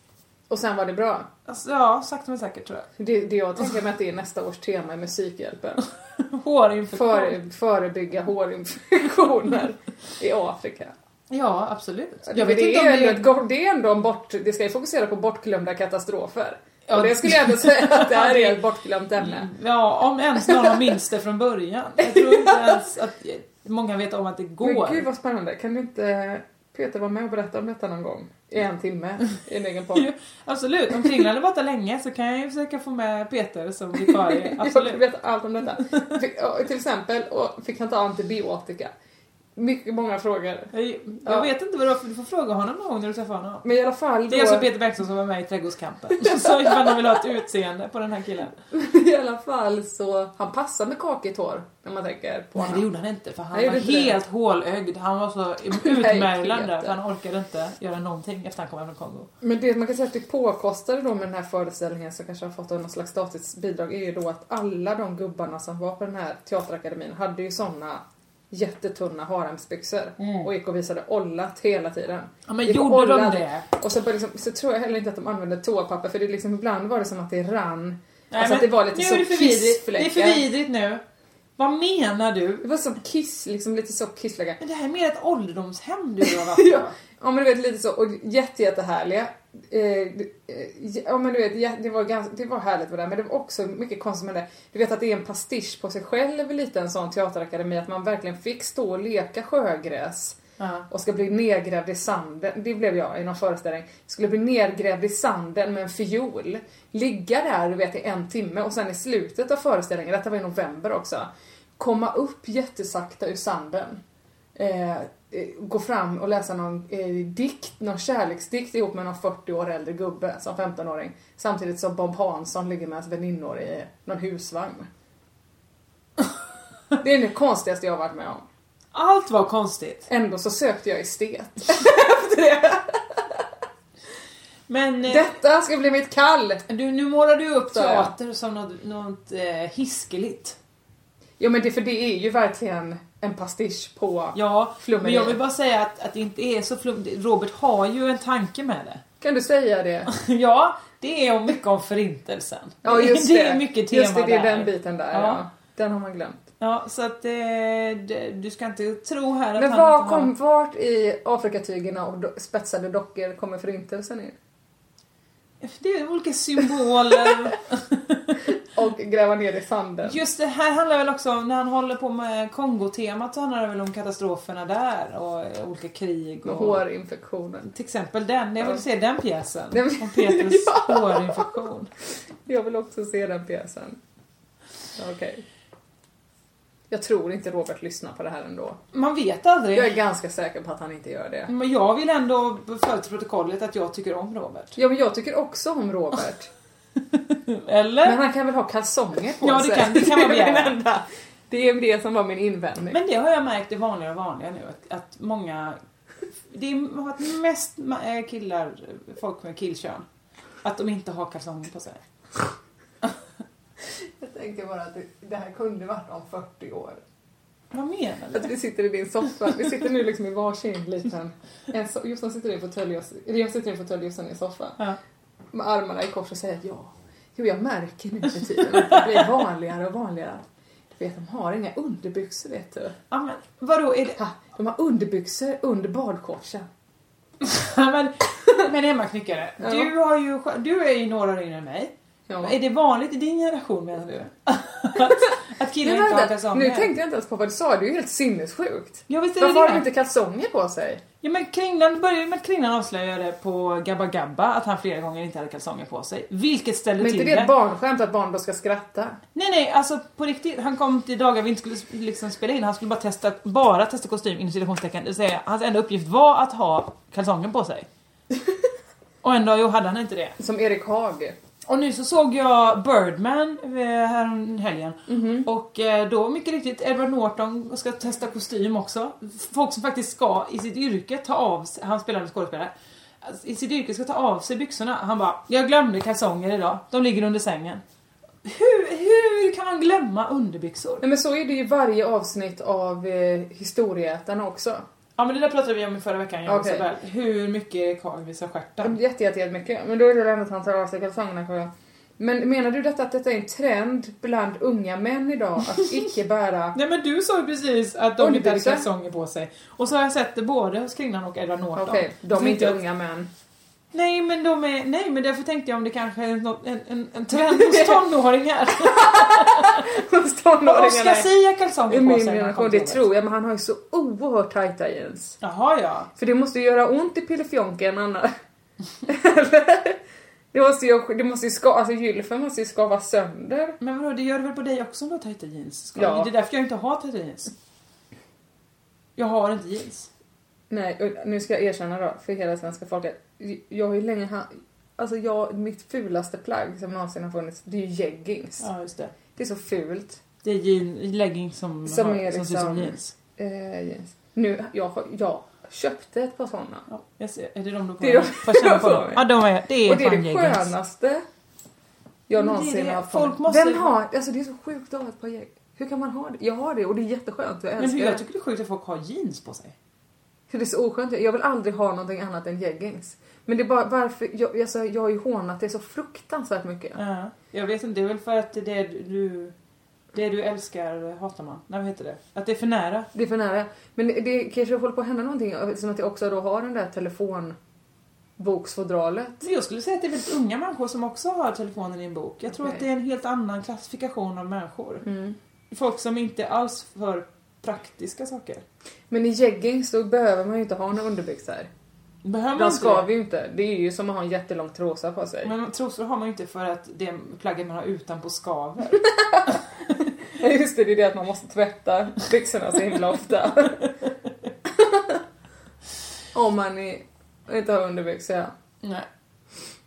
Speaker 7: Och sen var det bra.
Speaker 6: Alltså, ja, sakta men säkert tror jag.
Speaker 7: Det, det jag tänker mig att det är nästa års tema i Musikhjälpen.
Speaker 6: Hårinfektion.
Speaker 7: Före, förebygga hårinfektioner i Afrika.
Speaker 6: Ja, absolut.
Speaker 7: Jag vet det, inte är om det, är... Ett, go- det är ändå en bort... Det ska ju fokusera på bortglömda katastrofer.
Speaker 6: Ja.
Speaker 7: Och det skulle jag ändå säga att det här är ett bortglömt ämne.
Speaker 6: Ja, om ens någon minns det från början. Jag tror inte ens att eh, många vet om att det går.
Speaker 7: Men gud vad spännande. Kan du inte Peter vara med och berätta om detta någon gång? I en timme, i en egen podd.
Speaker 6: Jo, absolut, om Kringlan är borta länge så kan jag ju försöka få med Peter som vikarie.
Speaker 7: Jag vill
Speaker 6: Absolut.
Speaker 7: veta allt om detta. Fick, ja, till exempel, och fick han ta antibiotika? Mycket många frågor.
Speaker 6: Jag, jag
Speaker 7: Ja.
Speaker 6: vet inte vad det var för du får fråga honom någon gång när du träffar honom.
Speaker 7: Men i alla fall då,
Speaker 6: Det är alltså Peter Bengtsson som var med i Trädgårdskampen. Så ifall de vill ha ett utseende på den här killen.
Speaker 7: i alla fall så, han passar med kakigt hår när man tänker på
Speaker 6: Nej det
Speaker 7: honom.
Speaker 6: gjorde han inte för han
Speaker 7: Nej, det
Speaker 6: var
Speaker 7: gjorde inte
Speaker 6: helt hålögd. Han var så
Speaker 7: Nej,
Speaker 6: utmärglad där
Speaker 7: Peter.
Speaker 6: för han orkade inte göra någonting efter han kom hem från Kongo.
Speaker 7: Men det man kan säga att det påkostade då med den här föreställningen som kanske har fått någon slags statligt bidrag är ju då att alla de gubbarna som var på den här teaterakademin hade ju såna jättetunna haremsbyxor och gick och visade ollat hela tiden.
Speaker 6: Mm. Ja, men
Speaker 7: Gick och
Speaker 6: gjorde de
Speaker 7: ollade.
Speaker 6: det?
Speaker 7: Och så, bara liksom, så tror jag heller inte att de använde toapapper för det liksom, ibland var det som att det rann.
Speaker 6: Nej,
Speaker 7: alltså att det var lite
Speaker 6: nu
Speaker 7: så
Speaker 6: är det för vidrigt. Det är
Speaker 7: kissfläckar.
Speaker 6: för vidrigt nu. Vad menar du?
Speaker 7: Det var som Kiss, liksom lite så Kiss-flagga.
Speaker 6: Men det här är mer ett ålderdomshem du har varit på.
Speaker 7: ja. ja men du vet lite så, och jätte, jättehärliga. Eh, eh, ja men du vet, jä- det var, ganska, det var härligt med det där, men det var också mycket konstigt med det. Du vet att det är en pastisch på sig själv lite en sån teaterakademi, att man verkligen fick stå och leka sjögräs.
Speaker 6: Ja.
Speaker 7: Och ska bli nedgrävd i sanden, det blev jag i någon föreställning. Skulle bli nedgrävd i sanden med en fiol. Ligga där du vet i en timme och sen i slutet av föreställningen, detta var i november också. Komma upp jättesakta ur sanden eh, eh, gå fram och läsa någon eh, dikt, någon kärleksdikt ihop med någon 40 år äldre gubbe som 15-åring. Samtidigt som Bob Hansson ligger med hans väninnor i någon husvagn. Det är det konstigaste jag har varit med om.
Speaker 6: Allt var konstigt.
Speaker 7: Ändå så sökte jag estet.
Speaker 6: Men eh,
Speaker 7: Detta ska bli mitt kall!
Speaker 6: du, nu målar du upp
Speaker 7: Så, ja.
Speaker 6: teater som något, något eh, hiskeligt.
Speaker 7: Jo men det, för det är ju verkligen en pastisch på...
Speaker 6: Ja,
Speaker 7: Flummerier.
Speaker 6: men jag vill bara säga att, att det inte är så flummigt. Robert har ju en tanke med det.
Speaker 7: Kan du säga det?
Speaker 6: Ja, det är om- mycket om förintelsen.
Speaker 7: Ja just
Speaker 6: det
Speaker 7: det.
Speaker 6: är mycket tema
Speaker 7: just det, det är
Speaker 6: där.
Speaker 7: den biten där.
Speaker 6: Ja.
Speaker 7: Ja. Den har man glömt.
Speaker 6: Ja, så att eh, det- du ska inte tro här att
Speaker 7: Men
Speaker 6: han
Speaker 7: var
Speaker 6: inte har-
Speaker 7: kom, vart i Afrikatygerna och do, spetsade dockor kommer förintelsen in?
Speaker 6: Det är olika symboler.
Speaker 7: Och gräva ner i sanden.
Speaker 6: Just det här handlar väl också om, när han håller på med Kongo-temat så handlar det väl om katastroferna där och eh, olika krig
Speaker 7: Med
Speaker 6: och...
Speaker 7: hårinfektionen.
Speaker 6: Till exempel den, jag vill se den pjäsen.
Speaker 7: Nej, men-
Speaker 6: Om Petrus
Speaker 7: Ja.
Speaker 6: hårinfektion.
Speaker 7: Jag vill också se den pjäsen. Ja, Okej. Jag tror inte Robert lyssnar på det här ändå.
Speaker 6: Man vet aldrig.
Speaker 7: Jag är ganska säker på att han inte gör det.
Speaker 6: Men jag vill ändå föra till protokollet att jag tycker om Robert.
Speaker 7: Ja men jag tycker också om
Speaker 6: Ah.
Speaker 7: Robert.
Speaker 6: Eller?
Speaker 7: Men han kan väl ha kalsonger på
Speaker 6: Ja, det
Speaker 7: sig?
Speaker 6: kan- det kan man
Speaker 7: Det är min
Speaker 6: begära.
Speaker 7: enda- Det är det som var min invändning.
Speaker 6: Men det har jag märkt är vanligare och vanligare nu. Att, att många... Det är att mest ma- eh, killar, folk med killkön. Att de inte har kalsonger på sig.
Speaker 7: Jag tänkte bara att det, det här kunde varit om 40 år.
Speaker 6: Vad menar
Speaker 7: Att
Speaker 6: du?
Speaker 7: vi sitter i din soffa. Vi sitter nu liksom i varsin liten... En so- Jossan sitter i en fåtölj och- eller jag sitter i en fåtölj och Jossan i en soffa.
Speaker 6: Ja.
Speaker 7: Med armarna i kors och säger att ja, jo jag märker nu för tiden att det blir vanligare och vanligare. Du vet, de har inga underbyxor vet du.
Speaker 6: Ja, men, vadå, är det...
Speaker 7: Ha, de har underbyxor under badshortsen.
Speaker 6: Ja, men, men Emma Knyckare, du, har ju, sj- du är ju några år yngre än mig.
Speaker 7: Ja.
Speaker 6: Är det vanligt i din generation menar du? Att, att killar
Speaker 7: Men
Speaker 6: inte har
Speaker 7: vänta, nu
Speaker 6: kalsonger?
Speaker 7: tänkte jag inte ens på vad du sa, det är ju helt sinnessjukt.
Speaker 6: Ja, visst är det
Speaker 7: Varför har
Speaker 6: det?
Speaker 7: de inte kalsonger på sig?
Speaker 6: Ja men Kringland började med att Kringland avslöjade på Gabba Gabba att han flera gånger inte hade kalsonger på sig. Vilket ställde
Speaker 7: Men
Speaker 6: till
Speaker 7: inte det ett barnskämt att barn då ska skratta?
Speaker 6: Nej nej, alltså på riktigt. Han kom till dagar vi inte skulle liksom spela in. Han skulle bara testa, bara testa kostym inom citationstecken. Det vill säga, hans enda uppgift var att ha kalsonger på sig. Och en dag, jo, hade han inte det.
Speaker 7: Som Erik Haag.
Speaker 6: Och nu så såg jag Birdman eh, härom helgen.
Speaker 7: Mhm.
Speaker 6: Och eh, då mycket riktigt, Edward Norton ska testa kostym också. Folk som faktiskt ska i sitt yrke ta av sig, han spelar en skådespelare. Alltså, I sitt yrke ska ta av sig byxorna. Han bara, jag glömde kalsonger idag. De ligger under sängen. Hur, hur kan man glömma underbyxor?
Speaker 7: Nej men så är det ju varje avsnitt av eh, Historieätarna också.
Speaker 6: Ja men det där pratade vi om i förra veckan, jag och
Speaker 7: Okej. Mm.
Speaker 6: Isabel. Hur mycket Carl visar stjärten.
Speaker 7: Jätte, jätte, jätte mycket. Men då är det väl ändå att han tar av sig kalsongerna kolla. Men menar du detta att detta är en trend bland unga män idag att icke bära?
Speaker 6: Nej men du sa ju precis att de inte hade
Speaker 7: Underbyxor?
Speaker 6: kalsonger på sig. Och så har jag sett det både hos Kringlan och Edward Norton.
Speaker 7: Okej, de
Speaker 6: Så
Speaker 7: är inte
Speaker 6: jag-
Speaker 7: unga män.
Speaker 6: Nej men de är, nej men därför tänkte jag om det kanske är något, en, en, en trend hos tonåringar. Vad
Speaker 7: Tonåringarna
Speaker 6: Oskar Zia har
Speaker 7: i
Speaker 6: kalsonger på
Speaker 7: min
Speaker 6: sig. när han kom
Speaker 7: generation, det
Speaker 6: till jobbet.
Speaker 7: tror jag. Men han har ju så oerhört tajta jeans.
Speaker 6: Jaha ja.
Speaker 7: För det måste ju göra ont i pillefjonken annars. Eller? det måste ju, det måste ju ska, alltså gylfen måste ju skava sönder.
Speaker 6: Men vadå, det gör det väl på dig också om du har tajta jeans? Ska
Speaker 7: Ja.
Speaker 6: Det är därför jag inte har tajta jeans. Jag har inte jeans.
Speaker 7: Nej, och nu ska jag erkänna då för hela svenska folket. Jag har ju länge ha, Alltså jag, mitt fulaste plagg som någonsin har funnits, det är ju jeggings.
Speaker 6: Ja just det.
Speaker 7: Det är så fult.
Speaker 6: Det är jean, legging som,
Speaker 7: Som
Speaker 6: har,
Speaker 7: är
Speaker 6: som ser ut som
Speaker 7: liksom-
Speaker 6: jeans.
Speaker 7: Eh, jeans. Nu, jag, har- jag köpte ett par sådana.
Speaker 6: Ja, jag ser. Är det de du har på
Speaker 7: Det är
Speaker 6: dig?
Speaker 7: de-
Speaker 6: Får jag känna på
Speaker 7: de
Speaker 6: dem?
Speaker 7: har jag.
Speaker 6: Ja de är, det är
Speaker 7: Och det är
Speaker 6: fan
Speaker 7: det
Speaker 6: jeggings.
Speaker 7: skönaste jag
Speaker 6: Men det är
Speaker 7: någonsin
Speaker 6: det.
Speaker 7: har haft.
Speaker 6: Folk måste-
Speaker 7: Vem har, alltså det är så sjukt att ha ett par gegg. Hur kan man ha det? Jag har det och det är jätteskönt. Jag
Speaker 6: Men
Speaker 7: älskar
Speaker 6: hur,
Speaker 7: det.
Speaker 6: jag tycker det är sjukt att folk har jeans på sig.
Speaker 7: För det är så oskönt. Jag vill aldrig ha någonting annat än jeggings. Men det är bara varför, jag, alltså, jag har ju hånat det så fruktansvärt mycket.
Speaker 6: Ja. Jag vet inte, det är väl för att det är du... Det du älskar hatar man. Nej, vad heter det? Att det är för nära.
Speaker 7: Det är för nära. Men det, det kanske håller på att hända någonting eftersom att jag också då har den där telefonboksfodralet.
Speaker 6: Men jag skulle säga att det är väldigt unga människor som också har telefonen i en bok. Jag tror
Speaker 7: Okej.
Speaker 6: att det är en helt annan klassifikation av människor. Folk som inte alls för praktiska saker.
Speaker 7: Men i jeggings då behöver man ju inte ha några underbyxor.
Speaker 6: Behöver man
Speaker 7: De
Speaker 6: inte
Speaker 7: ska
Speaker 6: det?
Speaker 7: vi ju inte. Det är ju som att ha en jättelång trosa på sig.
Speaker 6: Men trosor har man ju inte för att det plagget man har utanpå skaver.
Speaker 7: Ja, Just det, det är det att man måste tvätta byxorna så himla ofta. Om man är, inte har underbyxor, ja.
Speaker 6: Nej.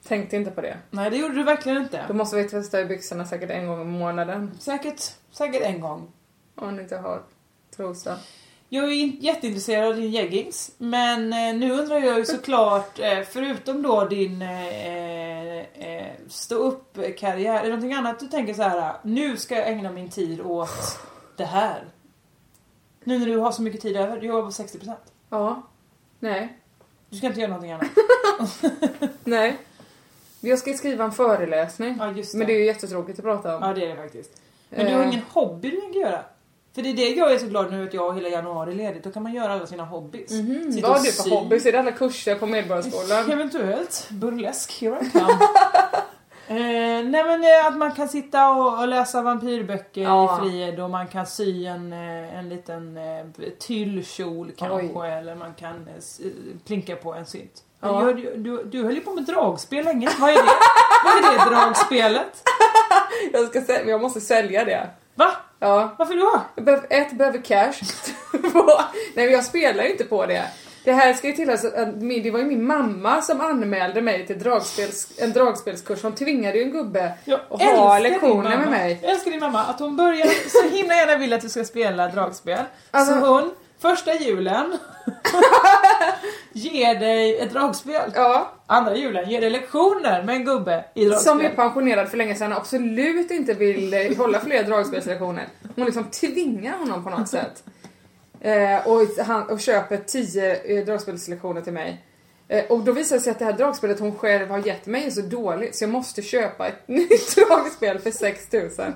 Speaker 7: Tänkte inte på det.
Speaker 6: Nej, det gjorde du verkligen
Speaker 7: Då
Speaker 6: inte.
Speaker 7: måste vi tvätta i byxorna säkert en gång i månaden.
Speaker 6: Säkert, säkert en gång.
Speaker 7: Om man inte har trosa.
Speaker 6: Jag är in- jätteintresserad av din jeggings, men eh, nu undrar jag ju såklart, eh, förutom då din eh, eh, stå upp karriär är det någonting annat du tänker så här, nu ska jag ägna min tid åt det här? Nu när du har så mycket tid över, du jobbar på 60%.
Speaker 7: Ja. Nej.
Speaker 6: Du ska inte göra någonting annat.
Speaker 7: Nej. Jag ska skriva en föreläsning.
Speaker 6: Ja, just det.
Speaker 7: Men det är ju jättetråkigt att prata om.
Speaker 6: Ja, det är det faktiskt. Men du har
Speaker 7: Eh.
Speaker 6: ingen hobby du tänker göra? För det är det jag är så glad nu att jag har hela januari ledigt, då kan man göra alla sina hobbys.
Speaker 7: Mm,
Speaker 6: Sitta
Speaker 7: vad
Speaker 6: och
Speaker 7: har du
Speaker 6: sy.
Speaker 7: för hobbys? Är det alla kurser på Medborgarskolan?
Speaker 6: Eventuellt. Burlesk, here I come. Eh, nej men eh, att man kan sitta och, och läsa vampyrböcker
Speaker 7: Ja.
Speaker 6: i fred och man kan sy en, eh, en liten eh, tyllkjol kanske eller man kan eh, s- eh, plinka på en synt. Men
Speaker 7: Ja.
Speaker 6: gör Du, du, du höll ju på med dragspel länge. Vad är det? Vad är det dragspelet?
Speaker 7: Jag, ska sälja, jag måste sälja det.
Speaker 6: Va?
Speaker 7: Ja.
Speaker 6: Varför då?
Speaker 7: Jag behöver, ett, behöver cash. Två, nej men jag spelar ju inte på det. Det här ska ju tilläggas att min- det var ju min mamma som anmälde mig till dragspels, en dragspelskurs. Hon tvingade ju en gubbe
Speaker 6: Jag
Speaker 7: att ha
Speaker 6: älskar din
Speaker 7: lektioner
Speaker 6: mamma.
Speaker 7: med mig.
Speaker 6: Jag älskar din mamma, att hon börjar så himla gärna vill att du ska spela dragspel.
Speaker 7: Alltså-
Speaker 6: Så hon, första julen, ger dig ett dragspel.
Speaker 7: Ja,
Speaker 6: Andra julen ger dig lektioner med en gubbe i dragspel.
Speaker 7: som är pensionerad för länge sedan och absolut inte vill eh, hålla fler dragspelslektioner. Hon liksom tvingar honom på något sätt. Eh, och, han, och köper 10 eh, dragspelslektioner till mig. Eh, och då visar det sig att det här dragspelet hon själv har gett mig är så dåligt så jag måste köpa ett nytt dragspel för 6000.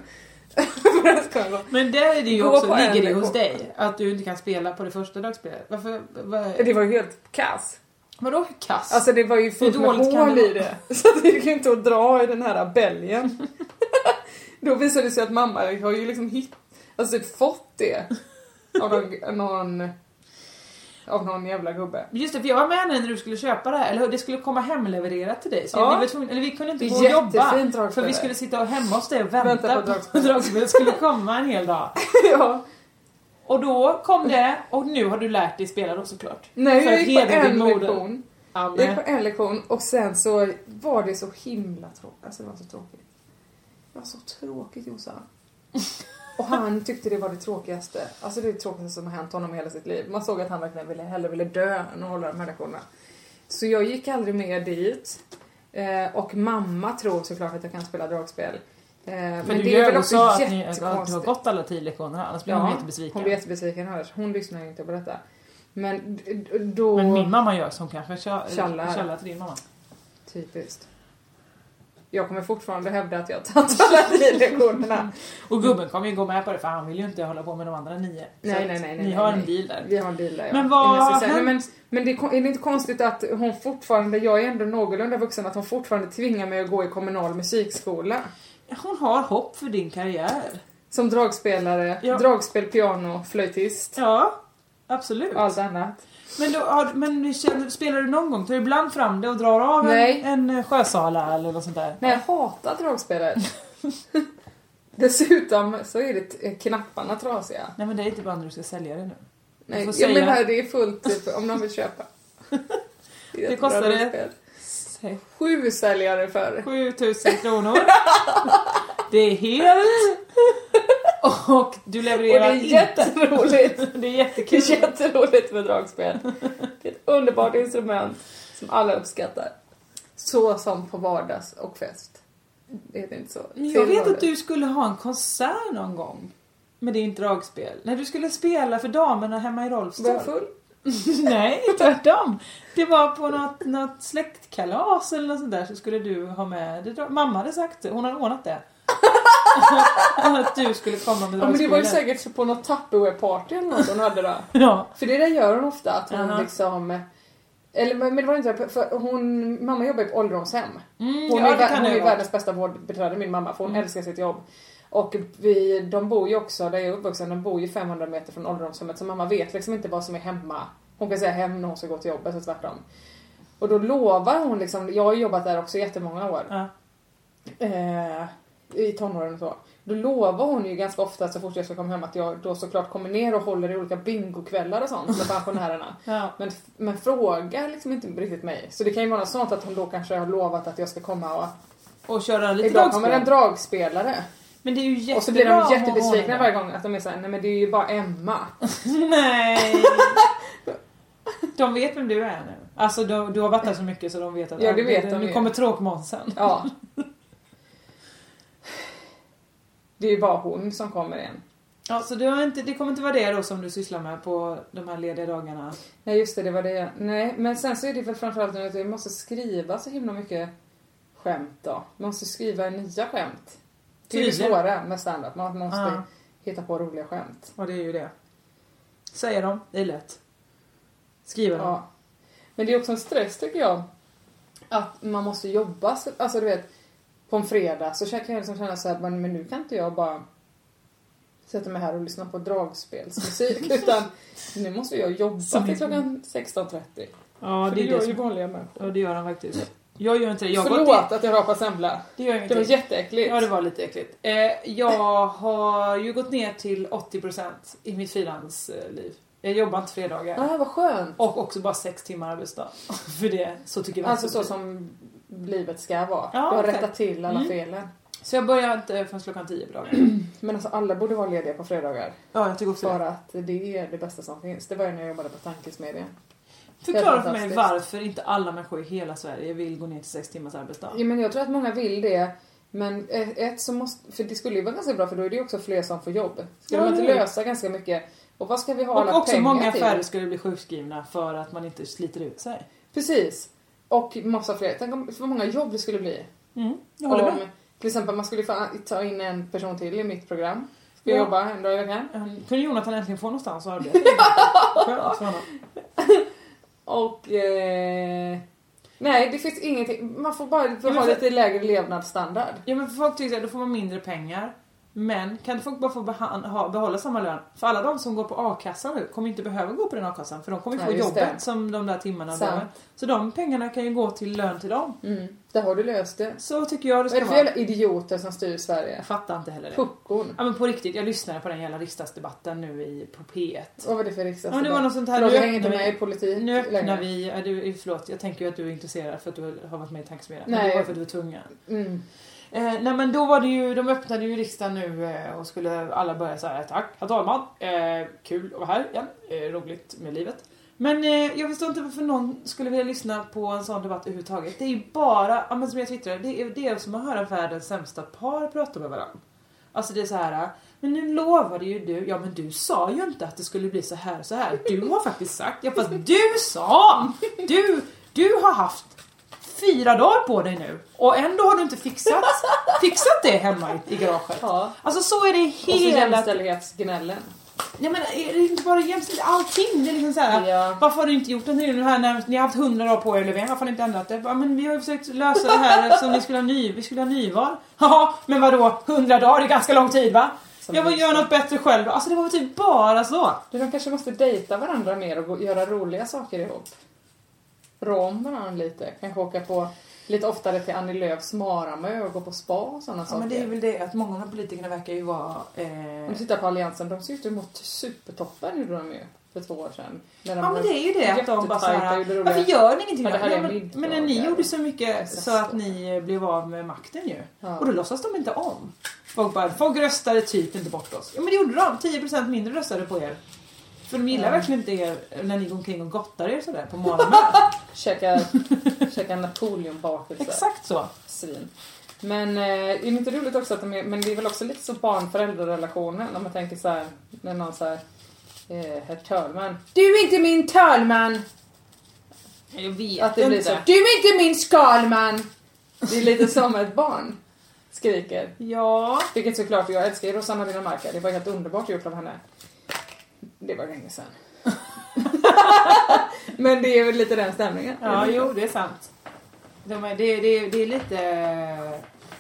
Speaker 7: För att kunna gå.
Speaker 6: Men där är det ju
Speaker 7: Gå
Speaker 6: också,
Speaker 7: på en
Speaker 6: ligger det hos
Speaker 7: lektion.
Speaker 6: dig, att du inte kan spela på det första dragspelet. Varför? Var,
Speaker 7: det var ju helt kass.
Speaker 6: vadå kass?
Speaker 7: Alltså det var ju fullt
Speaker 6: Hur
Speaker 7: med
Speaker 6: dåligt kan
Speaker 7: hål
Speaker 6: det
Speaker 7: i det. Så det gick ju inte att dra i den här bälgen. Då visade det sig att mamma har ju liksom hitt, alltså typ fått det. Av någon, någon, av någon jävla gubbe.
Speaker 6: Just det, för jag var med henne när du skulle köpa det här, eller hur? Det skulle komma hemlevererat till dig. Så
Speaker 7: Ja.
Speaker 6: vi, var tvungna, eller vi kunde inte
Speaker 7: Det
Speaker 6: gå
Speaker 7: är
Speaker 6: och jobba.
Speaker 7: jättefint dragspel
Speaker 6: För vi
Speaker 7: där.
Speaker 6: skulle sitta och hemma hos dig och vänta,
Speaker 7: Vänta på
Speaker 6: på att
Speaker 7: dragspelet.
Speaker 6: dragspelet skulle komma en hel dag.
Speaker 7: Ja.
Speaker 6: Och då kom det, och nu har du lärt dig spela då såklart.
Speaker 7: Nej,
Speaker 6: För
Speaker 7: jag
Speaker 6: att
Speaker 7: gick på
Speaker 6: hedra din
Speaker 7: en
Speaker 6: moder.
Speaker 7: lektion.
Speaker 6: Ja,
Speaker 7: Jag gick på
Speaker 6: men,
Speaker 7: en lektion och sen så var det så himla tråkigt. Alltså det var så tråkigt. Det var så tråkigt Jossan. Och han tyckte det var det tråkigaste. Alltså det är det tråkigaste som har hänt honom i hela sitt liv. Man såg att han verkligen ville, hellre ville dö än att hålla de här lektionerna. Så jag gick aldrig mer dit. Eh, och mamma tror såklart att jag kan spela dragspel. Eh,
Speaker 6: för
Speaker 7: men
Speaker 6: du
Speaker 7: det är
Speaker 6: ljög
Speaker 7: väl
Speaker 6: och
Speaker 7: också
Speaker 6: sa att, ni, att
Speaker 7: jättekonstigt.
Speaker 6: du har gått alla tio lektionerna, annars blir hon jättebesviken.
Speaker 7: Hon blir jättebesviken annars. Hon lyssnar ju inte på detta. Men d- d- då...
Speaker 6: Men min mamma gör som kanske tja-
Speaker 7: Tjallar.
Speaker 6: tjallar till din mamma.
Speaker 7: Typiskt. Jag kommer fortfarande hävda att jag har tagit alla tio lektionerna.
Speaker 6: Och gubben kommer ju gå med på det för han vill ju inte hålla på med de andra nio. Så
Speaker 7: Nej,
Speaker 6: att
Speaker 7: nej, nej,
Speaker 6: Ni
Speaker 7: nej,
Speaker 6: har
Speaker 7: nej.
Speaker 6: en deal där.
Speaker 7: Vi har en deal där, ja.
Speaker 6: Men vad
Speaker 7: Jag måste säga-
Speaker 6: har
Speaker 7: nej, men, men det är, kon- är det inte konstigt att hon fortfarande, jag är ändå någorlunda vuxen, att hon fortfarande tvingar mig att gå i kommunal musikskola.
Speaker 6: Hon har hopp för din karriär.
Speaker 7: Som dragspelare,
Speaker 6: Ja.
Speaker 7: dragspel, piano, flöjtist
Speaker 6: Ja, absolut.
Speaker 7: och allt annat.
Speaker 6: Men, då, har, men nu känner, spelar du någon gång? Tar du ibland fram det och drar av
Speaker 7: Nej.
Speaker 6: en, en sjösala eller något sånt där?
Speaker 7: Nej, jag hatar dragspelet. Dessutom så är det t- knapparna trasiga.
Speaker 6: Nej men det är inte bara när du ska sälja det nu.
Speaker 7: Nej,
Speaker 6: får
Speaker 7: jag
Speaker 6: säga-
Speaker 7: menar det är fullt typ, om någon vill köpa. Det, är
Speaker 6: Det
Speaker 7: ett bra
Speaker 6: kostar det-
Speaker 7: dragspel. Sju säljare för.
Speaker 6: 7000 kronor. Det är helt. Och du
Speaker 7: Och det
Speaker 6: levererar
Speaker 7: är jätteroligt.
Speaker 6: inte. Det är
Speaker 7: Det
Speaker 6: jättekul.
Speaker 7: är jätteroligt med dragspel. Det är ett underbart instrument som alla uppskattar. Så som på vardags och fest. Det heter inte så.
Speaker 6: Men jag vet att
Speaker 7: Tillvardags.
Speaker 6: du skulle ha en konsert någon gång. Med din dragspel. När du skulle spela för damerna hemma i
Speaker 7: Var jag
Speaker 6: Rolfstorp.
Speaker 7: full?
Speaker 6: Nej, tvärtom. Det var på något, något släktkalas eller något sånt där så skulle du ha med det. Mamma hade sagt det, hon hade ordnat det. Att du skulle komma med
Speaker 7: Ja, men det var ju
Speaker 6: dragspelen.
Speaker 7: säkert typ på något Tupperware-party eller något hon hade då.
Speaker 6: Ja.
Speaker 7: För det där gör hon ofta, att hon
Speaker 6: Aha.
Speaker 7: liksom... Eller men men det var inte så, för hon, mamma jobbar ju på ålderdomshem. hon
Speaker 6: Mm, ja,
Speaker 7: är,
Speaker 6: det
Speaker 7: vär-
Speaker 6: kan
Speaker 7: hon
Speaker 6: det
Speaker 7: är
Speaker 6: ju vara. Mm.
Speaker 7: världens bästa vårdbiträde, min mamma, för hon älskar sitt jobb. Och vi, de bor ju också, där jag är uppvuxen, de bor ju 500 meter från ålderdomshemmet så mamma vet liksom inte vad som är hemma. Hon kan säga hem när hon ska gå till jobbet och tvärtom. Och då lovar hon liksom, jag har ju jobbat där också jättemånga år
Speaker 6: Ja.
Speaker 7: eh, i tonåren och så. Då lovar hon ju ganska ofta så fort jag ska komma hem att jag då såklart kommer ner och håller i olika bingokvällar och sånt med pensionärerna.
Speaker 6: Ja.
Speaker 7: Men, men frågar liksom inte riktigt mig. Så det kan ju vara något sånt att hon då kanske har lovat att jag ska komma och
Speaker 6: Och köra lite
Speaker 7: idag kommer en
Speaker 6: dragspel.
Speaker 7: dragspelare.
Speaker 6: Men det är ju jättebra
Speaker 7: Och så blir de
Speaker 6: om
Speaker 7: jättebesvikna
Speaker 6: hon har
Speaker 7: varje gång att de är såhär, nej men det är ju bara Emma.
Speaker 6: det. Nej! De vet vem du är nu. Alltså du, du har varit där så mycket så de vet att
Speaker 7: Ja, det vet de
Speaker 6: nu
Speaker 7: ju.
Speaker 6: kommer tråkmånsen.
Speaker 7: Ja. Det är ju bara hon som kommer igen.
Speaker 6: Ja, så du har inte, det kommer inte vara det då som du sysslar med på de här lediga dagarna?
Speaker 7: Nej just det, det var det jag... Nej, men sen så är det väl framförallt nu att jag måste skriva så himla mycket skämt då. Man måste skriva nya skämt. Det är ju det
Speaker 6: Tydligen.
Speaker 7: svåra med standup, man måste
Speaker 6: Ja.
Speaker 7: hitta på roliga skämt.
Speaker 6: Och det är ju det. Säger de, det är lätt. Skriver de.
Speaker 7: Ja. Men det är också en stress tycker jag. Att man måste jobba, så- alltså du vet, på en fredag så kan jag liksom känna så här, men men nu kan inte jag bara sätta mig här och lyssna på dragspelsmusik utan nu måste jag jobba
Speaker 6: Som
Speaker 7: till
Speaker 6: är-
Speaker 7: klockan 16.30.
Speaker 6: Ja, det
Speaker 7: För det
Speaker 6: är det
Speaker 7: gör ju
Speaker 6: som...
Speaker 7: vanliga människor.
Speaker 6: Ja, det gör de faktiskt. Jag gör inte det. Jag har gått
Speaker 7: Förlåt att jag rapar semla.
Speaker 6: Det gör
Speaker 7: Det var
Speaker 6: ingenting.
Speaker 7: jätteäckligt.
Speaker 6: Ja, det var lite äckligt. Eh, jag har ju gått ner till 80% i mitt frilansliv. Jag jobbar inte fredagar.
Speaker 7: Ah, vad skönt.
Speaker 6: Och också bara sex timmar arbetsdag. För det, så tycker jag.
Speaker 7: Alltså så som livet ska vara.
Speaker 6: Ja,
Speaker 7: du har
Speaker 6: exakt. Mm.
Speaker 7: rättat till alla felen.
Speaker 6: Så jag börjar inte förrän klockan 10 på dagen.
Speaker 7: Men alltså alla borde vara lediga på fredagar.
Speaker 6: Ja, jag tycker också det.
Speaker 7: För att det är det bästa som finns. Det var ju när jag jobbade på tankesmedjan.
Speaker 6: Förklara för mig
Speaker 7: fantastiskt.
Speaker 6: varför inte alla människor i hela Sverige vill gå ner till sex timmars arbetsdag.
Speaker 7: Ja, men jag tror att många vill det. Men eh, ett som måste, för det skulle ju vara ganska bra för då är det ju också fler som får jobb. Skulle
Speaker 6: Ja,
Speaker 7: man
Speaker 6: det
Speaker 7: inte
Speaker 6: är det.
Speaker 7: lösa ganska mycket? Och vad ska vi ha alla
Speaker 6: Och också
Speaker 7: pengar
Speaker 6: många
Speaker 7: till?
Speaker 6: färre skulle bli sjukskrivna för att man inte sliter ut sig.
Speaker 7: Precis. Och massa fler. Tänk om, vad många jobb det skulle bli.
Speaker 6: Jag håller
Speaker 7: om,
Speaker 6: med.
Speaker 7: Till exempel man skulle få ta in en person till i mitt program. Ska
Speaker 6: Ja.
Speaker 7: jobba en dag i veckan.
Speaker 6: Eh, Kunde Jonathan äntligen få någonstans att arbeta? Skönt för honom.
Speaker 7: Och... Eh, nej, det finns ingenting. Man får bara
Speaker 6: men
Speaker 7: ha
Speaker 6: för-
Speaker 7: lite lägre levnadsstandard.
Speaker 6: Ja men för folk tycker att då får man mindre pengar. Men kan inte folk bara få behan- ha, behålla samma lön? För alla de som går på a-kassan nu kommer inte behöva gå på den a-kassan för de kommer ju
Speaker 7: Nej,
Speaker 6: få
Speaker 7: just
Speaker 6: jobbet
Speaker 7: det.
Speaker 6: som de där timmarna
Speaker 7: Sant.
Speaker 6: behöver. Så de pengarna kan ju gå till lön till dem.
Speaker 7: Mm. Där har du löst det.
Speaker 6: Så tycker jag det
Speaker 7: Vad är
Speaker 6: ska
Speaker 7: det för
Speaker 6: vara.
Speaker 7: jävla idioter som styr Sverige?
Speaker 6: Jag fattar inte heller det.
Speaker 7: Puckon.
Speaker 6: Ja men på riktigt, jag lyssnade på den jävla riksdagsdebatten nu i, på P1.
Speaker 7: Vad var det för
Speaker 6: Ja,
Speaker 7: riksdagsdebatt?
Speaker 6: men det var något sånt här,
Speaker 7: Förlåt,
Speaker 6: nu
Speaker 7: jag hänger inte
Speaker 6: öppnar
Speaker 7: med
Speaker 6: vi-
Speaker 7: i politik
Speaker 6: Nu öppnar
Speaker 7: Typ längre.
Speaker 6: vi, ja, du, eh, förlåt jag tänker ju att du är intresserad för att du har varit med i tankesmedjan. Men
Speaker 7: Nej.
Speaker 6: det var för att du var tvungen.
Speaker 7: Mm.
Speaker 6: Eh, nej men då var det ju, de öppnade ju riksdagen nu eh, och skulle alla börja så här. tack herr talman, eh, kul att vara här igen, eh, roligt med livet. Men eh, jag förstår inte varför någon skulle vilja lyssna på en sån debatt överhuvudtaget. Det är ju bara, ja, men som jag twittrade, det är, det är som att höra världens sämsta par prata med varandra. Alltså det är så här. eh, men nu lovade ju du, ja men du sa ju inte att det skulle bli så här så här. Du har faktiskt sagt, ja fast du sa! Du, du har haft fyra dagar på dig nu och ändå har du inte fixat, fixat det hemma i, i garaget.
Speaker 7: Ja.
Speaker 6: Alltså så är det
Speaker 7: Och så
Speaker 6: hela
Speaker 7: jämställdhetsgnällen.
Speaker 6: Ja men är det inte bara jämställt allting? Det är liksom såhär,
Speaker 7: Ja.
Speaker 6: varför har du inte gjort någonting nu här när ni har haft hundra dagar på er Löfven? Varför har ni inte ändrat det? Ja, men vi har ju försökt lösa det här eftersom ni skulle ha, ny, vi skulle ha nyval. Jaha, men vadå? Hundra dagar är ganska lång tid va? jag vill göra något bättre själv då. Alltså det var väl typ bara så.
Speaker 7: Du, de kanske måste dejta varandra mer och gå- göra roliga saker ihop. Rå om varandra lite. Kanske åka på lite oftare till Annie Lööfs Maramö och gå på spa och sådana
Speaker 6: Ja
Speaker 7: saker.
Speaker 6: men det är väl det att många av politikerna verkar ju vara... eh,
Speaker 7: Om du tittar på Alliansen, de ser ut emot supertoppen gjorde de ju för två år sedan. När de
Speaker 6: Ja men
Speaker 7: blev
Speaker 6: det är ju det att de bara
Speaker 7: jättetajta,
Speaker 6: såhär,
Speaker 7: gjorde roliga-
Speaker 6: varför gör ni ingenting?
Speaker 7: Ja, det här
Speaker 6: Ja,
Speaker 7: är
Speaker 6: men,
Speaker 7: middag.
Speaker 6: men när ni gjorde så mycket så att ni blev av med makten ju.
Speaker 7: Ja.
Speaker 6: Och då låtsas de inte om. Folk bara, folk röstade typ inte bort oss. Ja men det gjorde de, 10% mindre röstade på er. För de gillar verkligen inte er när ni går omkring och gottar er sådär på morgonen.
Speaker 7: Käka, käka Napoleonbakelser.
Speaker 6: Exakt så.
Speaker 7: Svin. Men eh, är det inte roligt också att de är, men det är väl också lite så barn-föräldrarrelationen om man tänker så här när någon säger eh, herr Törman. Du är inte min Törman!
Speaker 6: Jag vet
Speaker 7: Att det blir så. Du är inte min Skalman! Det är lite som ett barn. skriker.
Speaker 6: Ja.
Speaker 7: Vilket såklart jag älskar ju Rosanna Dinamarca. Det var helt underbart gjort av henne. Det var länge sedan. Men det är väl lite den stämningen.
Speaker 6: Ja, jo, det är sant. De är, det, det, det är lite...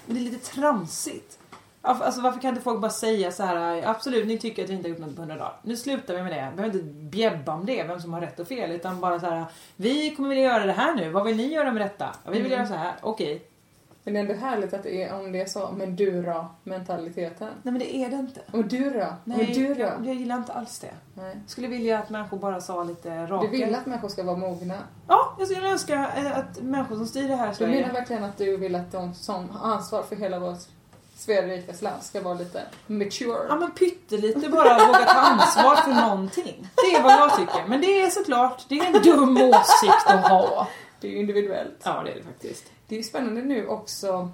Speaker 6: Det är lite tramsigt. Alf- Alltså varför kan inte folk bara säga så här absolut ni tycker att vi inte har gjort något på 100 dagar. Nu slutar vi med det. Vi behöver inte bjäbba om det, vem som har rätt och fel. Utan bara så här vi kommer vilja göra det här nu. Vad vill ni göra med detta? Ja, Vi vill göra så här. Okej.
Speaker 7: Men det är ändå härligt att det är om det är så, men du då? Mentaliteten.
Speaker 6: Nej men det är det inte.
Speaker 7: Och du då?
Speaker 6: Nej,
Speaker 7: och du då?
Speaker 6: jag, jag gillar inte alls det.
Speaker 7: Nej.
Speaker 6: Skulle vilja att människor bara sa lite
Speaker 7: Du
Speaker 6: rakt.
Speaker 7: vill att människor ska vara mogna.
Speaker 6: Ja, jag skulle önska eh, att människor som styr det här
Speaker 7: Du menar
Speaker 6: Sverige...
Speaker 7: verkligen att du vill att de som har ansvar för hela vårt svedrikas land ska vara lite mature?
Speaker 6: Ja men pyttelite bara våga ta ansvar för någonting. Det är vad jag tycker. Men det är såklart, det är en dum åsikt att ha.
Speaker 7: Det är ju individuellt.
Speaker 6: Ja det är det faktiskt.
Speaker 7: Det är ju spännande nu också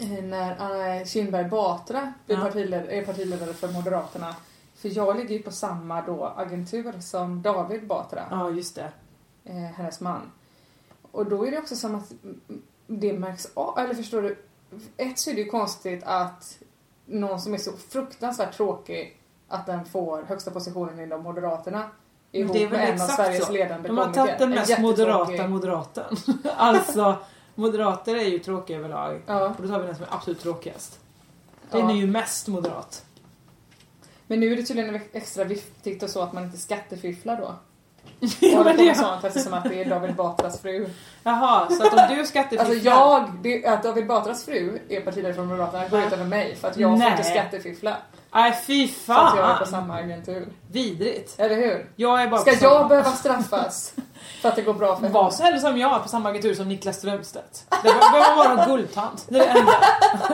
Speaker 7: eh, när Anna Kinberg Batra blir
Speaker 6: Ja.
Speaker 7: partiledare, är partiledare för Moderaterna. För jag ligger ju på samma då agentur som David Batra,
Speaker 6: Ja just det.
Speaker 7: eh, hennes man. Och då är det också som att mm, det märks av, eller förstår du? Ett så är det ju konstigt att någon som är så fruktansvärt tråkig att den får högsta positionen inom Moderaterna ihop
Speaker 6: Det är
Speaker 7: med
Speaker 6: väl
Speaker 7: en av
Speaker 6: exakt
Speaker 7: Sveriges
Speaker 6: så.
Speaker 7: ledande
Speaker 6: De har
Speaker 7: komiker.
Speaker 6: tagit den
Speaker 7: En
Speaker 6: mest
Speaker 7: jättetråkig-
Speaker 6: moderata moderaten. alltså, moderater är ju tråkiga överlag.
Speaker 7: Ja.
Speaker 6: Och då tar vi den som är absolut tråkigast. Den
Speaker 7: Ja.
Speaker 6: är ju mest moderat.
Speaker 7: Men nu är det tydligen extra viktigt och så att man inte skattefifflar då.
Speaker 6: Ja,
Speaker 7: Håller
Speaker 6: men
Speaker 7: på
Speaker 6: det...
Speaker 7: med sånt eftersom att det är David Batras fru.
Speaker 6: Jaha, så att om du skattefifflar...
Speaker 7: Alltså jag, det, att David Batras fru är partiledare för Moderaterna går ut över mig för att jag får
Speaker 6: Nej.
Speaker 7: inte skattefiffla.
Speaker 6: Nej fy
Speaker 7: För att jag är på
Speaker 6: fan!
Speaker 7: samma agentur.
Speaker 6: Vidrigt.
Speaker 7: Eller hur?
Speaker 6: Jag är bara
Speaker 7: Ska
Speaker 6: på samma-
Speaker 7: jag behöva straffas för att det går bra för
Speaker 6: Var
Speaker 7: henne?
Speaker 6: så hellre som jag på samma agentur som Niklas Strömstedt. Det behöver vara en guldtand. Det är det enda,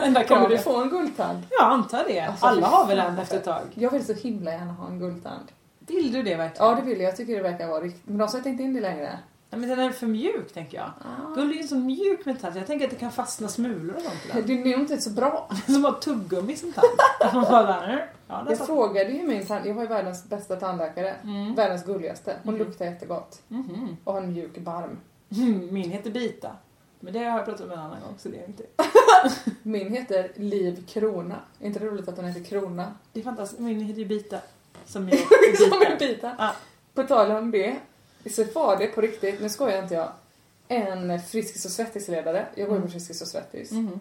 Speaker 6: enda
Speaker 7: Kommer du
Speaker 6: kravet.
Speaker 7: få en guldtand?
Speaker 6: Jag antar det.
Speaker 7: Alltså,
Speaker 6: Alla
Speaker 7: fy
Speaker 6: har väl
Speaker 7: fan.
Speaker 6: en efter ett tag.
Speaker 7: Jag vill så himla gärna ha en guldtand.
Speaker 6: Vill du det verkligen?
Speaker 7: Ja det vill jag, jag tycker det verkar vara riktigt. Men de sätter inte in det längre.
Speaker 6: Nej, men den är för mjuk tänker jag.
Speaker 7: Ah.
Speaker 6: Guld är ju en sån mjuk metall. Jag tänker att det kan fastna smulor och sånt i den.
Speaker 7: Det är nog inte så bra.
Speaker 6: Som har tuggummi som tand. Att man bara där, ja, där
Speaker 7: Jag
Speaker 6: satt-
Speaker 7: frågade ju min tand, jag har ju världens bästa tandläkare, världens gulligaste. Hon luktar jättegott och har en mjuk barm.
Speaker 6: Mm, Min heter Bita. Men det har jag pratat om en annan gång så det är inte...
Speaker 7: Min heter Liv Krona. Är inte det roligt att hon heter Krona?
Speaker 6: Det är fantastiskt. Min heter ju Bita. Som jag
Speaker 7: Som
Speaker 6: är Bita.
Speaker 7: en bita.
Speaker 6: Ja.
Speaker 7: På tal om det, så var det på riktigt, nu skojar inte jag, en Friskis och Svettis-ledare. Jag
Speaker 6: Mm.
Speaker 7: går ju på Friskis och Svettis.
Speaker 6: Mm-hmm.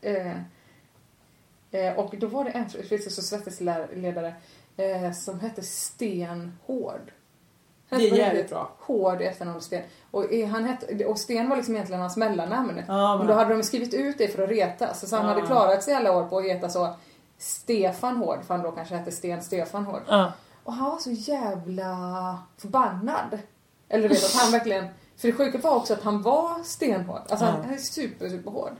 Speaker 7: Eh, eh, och då var det en Friskis och Svettis-ledare eh, som hette Sten Hård. Han
Speaker 6: Det är
Speaker 7: hette på
Speaker 6: jävligt
Speaker 7: riktigt
Speaker 6: bra.
Speaker 7: Hård i efternamn Sten. Och, eh, han hette, och Sten var liksom egentligen hans mellannamn.
Speaker 6: Ja,
Speaker 7: men
Speaker 6: men-
Speaker 7: då hade de skrivit ut det för att retas. Så han hade klarat sig alla år på att heta så Stefan Hård, för han då kanske hette Sten Stefan Hård.
Speaker 6: Ja.
Speaker 7: Och han var så jävla förbannad. Eller du vet att han verkligen... För det sjuka var också att han var stenhård. Alltså han, han är super, superhård.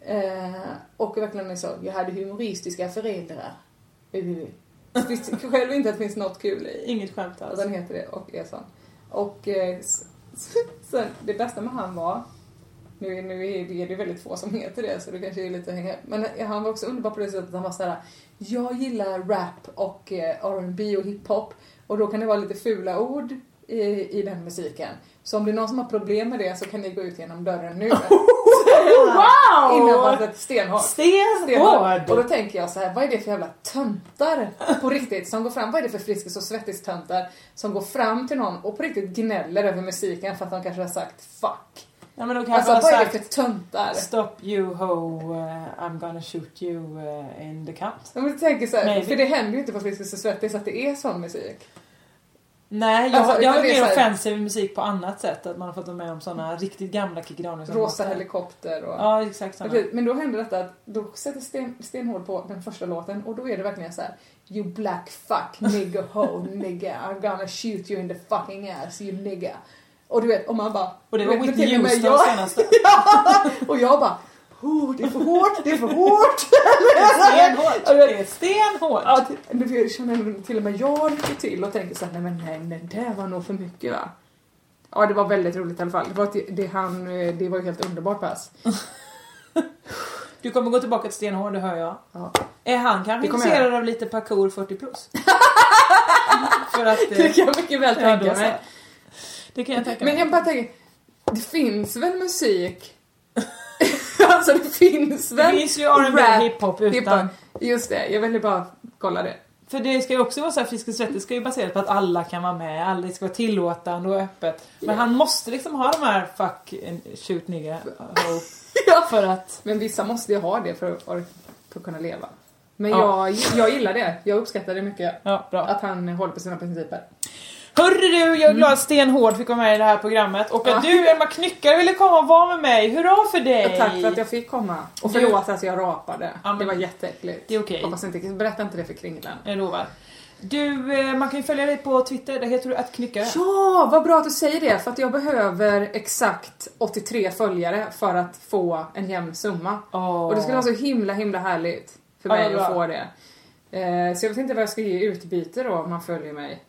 Speaker 7: Eh, och verkligen är så, jag hade humoristiska föräldrar. Uh. Visste själv inte att det finns något kul i.
Speaker 6: Inget skämt
Speaker 7: Och
Speaker 6: alls.
Speaker 7: Alltså, den heter det och är sån. Och eh, s- sen, det bästa med han var, nu, är- nu är det, det är väldigt få som heter det så det kanske är lite att hänga upp. Men han var också underbar på det sättet att han var såhär, jag gillar rap och eh, R&B och hiphop och då kan det vara lite fula ord i, i den musiken. Så om det är någon som har problem med det så kan ni gå ut genom dörren nu.
Speaker 6: Wow!
Speaker 7: Innan passet stenhårt. Alltså,
Speaker 6: Stenhård!
Speaker 7: Och då tänker jag så här, vad är det för jävla töntar på riktigt som går fram? Vad är det för Friskis och Svettis-töntar som går fram till någon och på riktigt gnäller över musiken för att de kanske har sagt fuck?
Speaker 6: Ja, men då kan
Speaker 7: Alltså
Speaker 6: jag
Speaker 7: vad
Speaker 6: bara
Speaker 7: är det
Speaker 6: ha
Speaker 7: för
Speaker 6: sagt
Speaker 7: töntar?
Speaker 6: Stop you ho, eh, I'm gonna shoot you eh, in the cunt.
Speaker 7: Jag tänker så här,
Speaker 6: Nej,
Speaker 7: för
Speaker 6: det-
Speaker 7: det händer ju inte på Friskis och Svettis att det är sån musik.
Speaker 6: Nej, jag,
Speaker 7: Alltså,
Speaker 6: jag har
Speaker 7: det är
Speaker 6: mer
Speaker 7: så här-
Speaker 6: offensiv musik på annat sätt. Att man har fått vara med om såna riktigt gamla Kikki Danielsson
Speaker 7: Rosa
Speaker 6: låtar.
Speaker 7: helikopter och...
Speaker 6: liksom. Ja, exakt samma.
Speaker 7: Precis, Men då händer detta att då sätter Sten, Stenhård på den första låten och då är det verkligen så här: You black fuck nigga ho nigga I'm gonna shoot you in the fucking ass you nigga. Och du vet, och man bara...
Speaker 6: Och det var
Speaker 7: du vet,
Speaker 6: Whitney
Speaker 7: till och med
Speaker 6: Houston
Speaker 7: jag-
Speaker 6: senaste.
Speaker 7: ja! Och jag bara oh, det är för hårt, det är för hårt.
Speaker 6: Stenhårt!
Speaker 7: Ja,
Speaker 6: Det är stenhårt!
Speaker 7: Ja, det- det känner till och med jag lite till och tänker såhär, nej men nej, nej, det där var nog för mycket va? Ja, det var väldigt roligt i alla fall. Det var, ett- det, han, eh, det var ju helt underbart pass.
Speaker 6: Du kommer gå tillbaka till stenhård, det hör jag.
Speaker 7: Ja.
Speaker 6: Är han kanske
Speaker 7: Det kommer
Speaker 6: intresserad av lite parkour 40 plus? För att... eh,
Speaker 7: Det kan jag mycket väl
Speaker 6: ja, då
Speaker 7: tänka mig.
Speaker 6: med. Det kan jag tänka
Speaker 7: Men
Speaker 6: mig.
Speaker 7: jag bara tänker, det finns väl musik? ja, Alltså det finns väl?
Speaker 6: Det finns ju R&B och
Speaker 7: rap,
Speaker 6: hiphop utan-
Speaker 7: Just det, jag ville bara kolla det.
Speaker 6: För det ska ju också vara så här, Frisk och svettig ska ju baseras på att alla kan vara med, alla det ska vara tillåtande och öppet. Men han måste liksom ha de här fuck and shoot nigga ho,
Speaker 7: Ja.
Speaker 6: för att...
Speaker 7: Men vissa måste ju ha det för att, ork- för att kunna leva. Men
Speaker 6: Ja.
Speaker 7: jag, jag gillar det. Jag uppskattar det mycket.
Speaker 6: Ja, bra.
Speaker 7: Att han håller på sina principer.
Speaker 6: Hörru du, jag är glad att Sten Hård fick vara med i det här programmet och att
Speaker 7: Mm. Ja.
Speaker 6: du Emma Knyckare ville komma och vara med mig. Hurra för dig!
Speaker 7: Och tack för att jag fick komma. Och
Speaker 6: Du-
Speaker 7: förlåt att jag rapade.
Speaker 6: Ja, men-
Speaker 7: Det var jätteäckligt.
Speaker 6: Det är okej.
Speaker 7: Hoppas inte, berätta inte det för kringlan.
Speaker 6: Jag lovar. Du, eh, man kan ju följa dig på Twitter, där heter du att knyckare.
Speaker 7: Ja, vad bra att du säger det för att jag behöver exakt 83 följare för att få en jämn summa.
Speaker 6: Åh.
Speaker 7: Och det skulle vara så himla himla härligt för
Speaker 6: Ja,
Speaker 7: mig
Speaker 6: vad
Speaker 7: att
Speaker 6: bra.
Speaker 7: få det. Eh, så jag vet inte vad jag ska ge i utbyte då om man följer mig.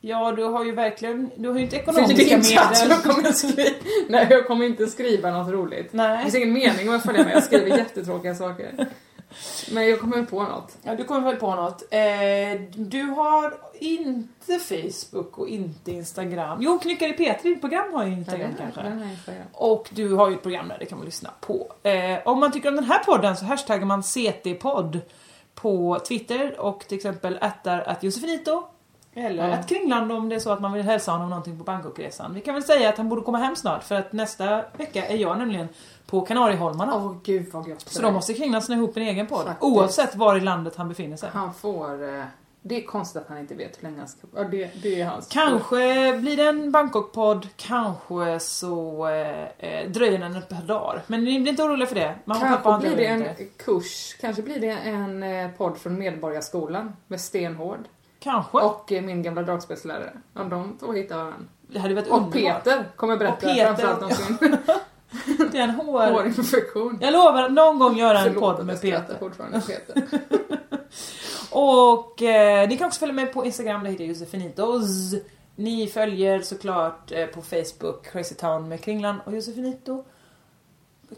Speaker 6: Ja, du har ju verkligen, du har ju inte
Speaker 7: För det
Speaker 6: ekonomiska
Speaker 7: är inte att
Speaker 6: medel.
Speaker 7: jag kommer skriva, nej, jag kommer inte skriva något roligt.
Speaker 6: Nej.
Speaker 7: Det finns ingen mening med att följa mig, jag skriver jättetråkiga saker. Men jag kommer på något.
Speaker 6: Ja, du kommer väl på något. Eh, du har inte Facebook och inte Instagram. Jo, Knyckare P3, ditt program har ju Instagram kanske.
Speaker 7: Den här Instagram.
Speaker 6: Och du har ju ett program där det kan man lyssna på. Eh, om man tycker om den här podden så hashtaggar man CT-podd på Twitter och till exempel attar att Josefinito eller att Kringland om det är så att man vill hälsa honom någonting på Bangkokresan. Vi kan väl säga att han borde komma hem snart för att nästa vecka är jag nämligen på Kanarieholmarna.
Speaker 7: Åh gud vad gött.
Speaker 6: Så då måste Kringland snö ihop en egen podd
Speaker 7: Faktiskt.
Speaker 6: oavsett var i landet han befinner sig.
Speaker 7: Han får... eh, Det är konstigt att han inte vet hur länge han ska... Ja, det, det är hans...
Speaker 6: Kanske blir det en Bangkok-podd, kanske så eh, eh, dröjer den ett par dagar. Men ni blir inte oroliga för det. Mamma och pappa har
Speaker 7: Kanske
Speaker 6: inte
Speaker 7: blir det
Speaker 6: oroat
Speaker 7: en
Speaker 6: er.
Speaker 7: kurs, kanske blir det en eh, podd från Medborgarskolan med Stenhård
Speaker 6: Kanske.
Speaker 7: och eh, min gamla dragspelslärare. Om de två hittar varandra.
Speaker 6: det hade varit
Speaker 7: Och
Speaker 6: underbart.
Speaker 7: Peter kommer berätta
Speaker 6: Och Peter.
Speaker 7: framförallt om sin
Speaker 6: Det är en hår.
Speaker 7: hårinfektion.
Speaker 6: Jag lovar att någon gång göra en
Speaker 7: Förlåt att
Speaker 6: podd
Speaker 7: jag
Speaker 6: med
Speaker 7: skrattar
Speaker 6: Peter.
Speaker 7: fortfarande Peter.
Speaker 6: Och eh, ni kan också följa mig på Instagram, där heter jag Josefinitos. Ni följer såklart eh, på Facebook Crazy Town med Kringlan och Josefinito.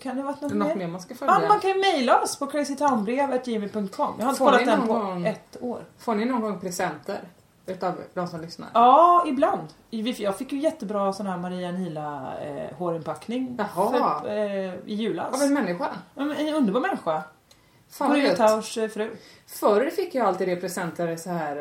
Speaker 6: Kan det ha varit något,
Speaker 7: Något
Speaker 6: mer?
Speaker 7: mer man ska följa?
Speaker 6: Ja, man kan ju mejla oss på crazytownbrev.jimmy.com. Jag har inte
Speaker 7: Får
Speaker 6: kollat
Speaker 7: ni
Speaker 6: den
Speaker 7: någon
Speaker 6: på
Speaker 7: gång?
Speaker 6: ett år.
Speaker 7: Får ni någon gång presenter? Utav de som lyssnar?
Speaker 6: Ja, ibland. Vi- Jag fick ju jättebra sån här Maria Nila eh, hårinpackning
Speaker 7: Jaha.
Speaker 6: För, eh, i julas.
Speaker 7: Av en människa?
Speaker 6: Ja, men En underbar människa.
Speaker 7: Fan vad
Speaker 6: Maria
Speaker 7: gött.
Speaker 6: Taurs eh, fru.
Speaker 7: Förr fick jag alltid det presenter så här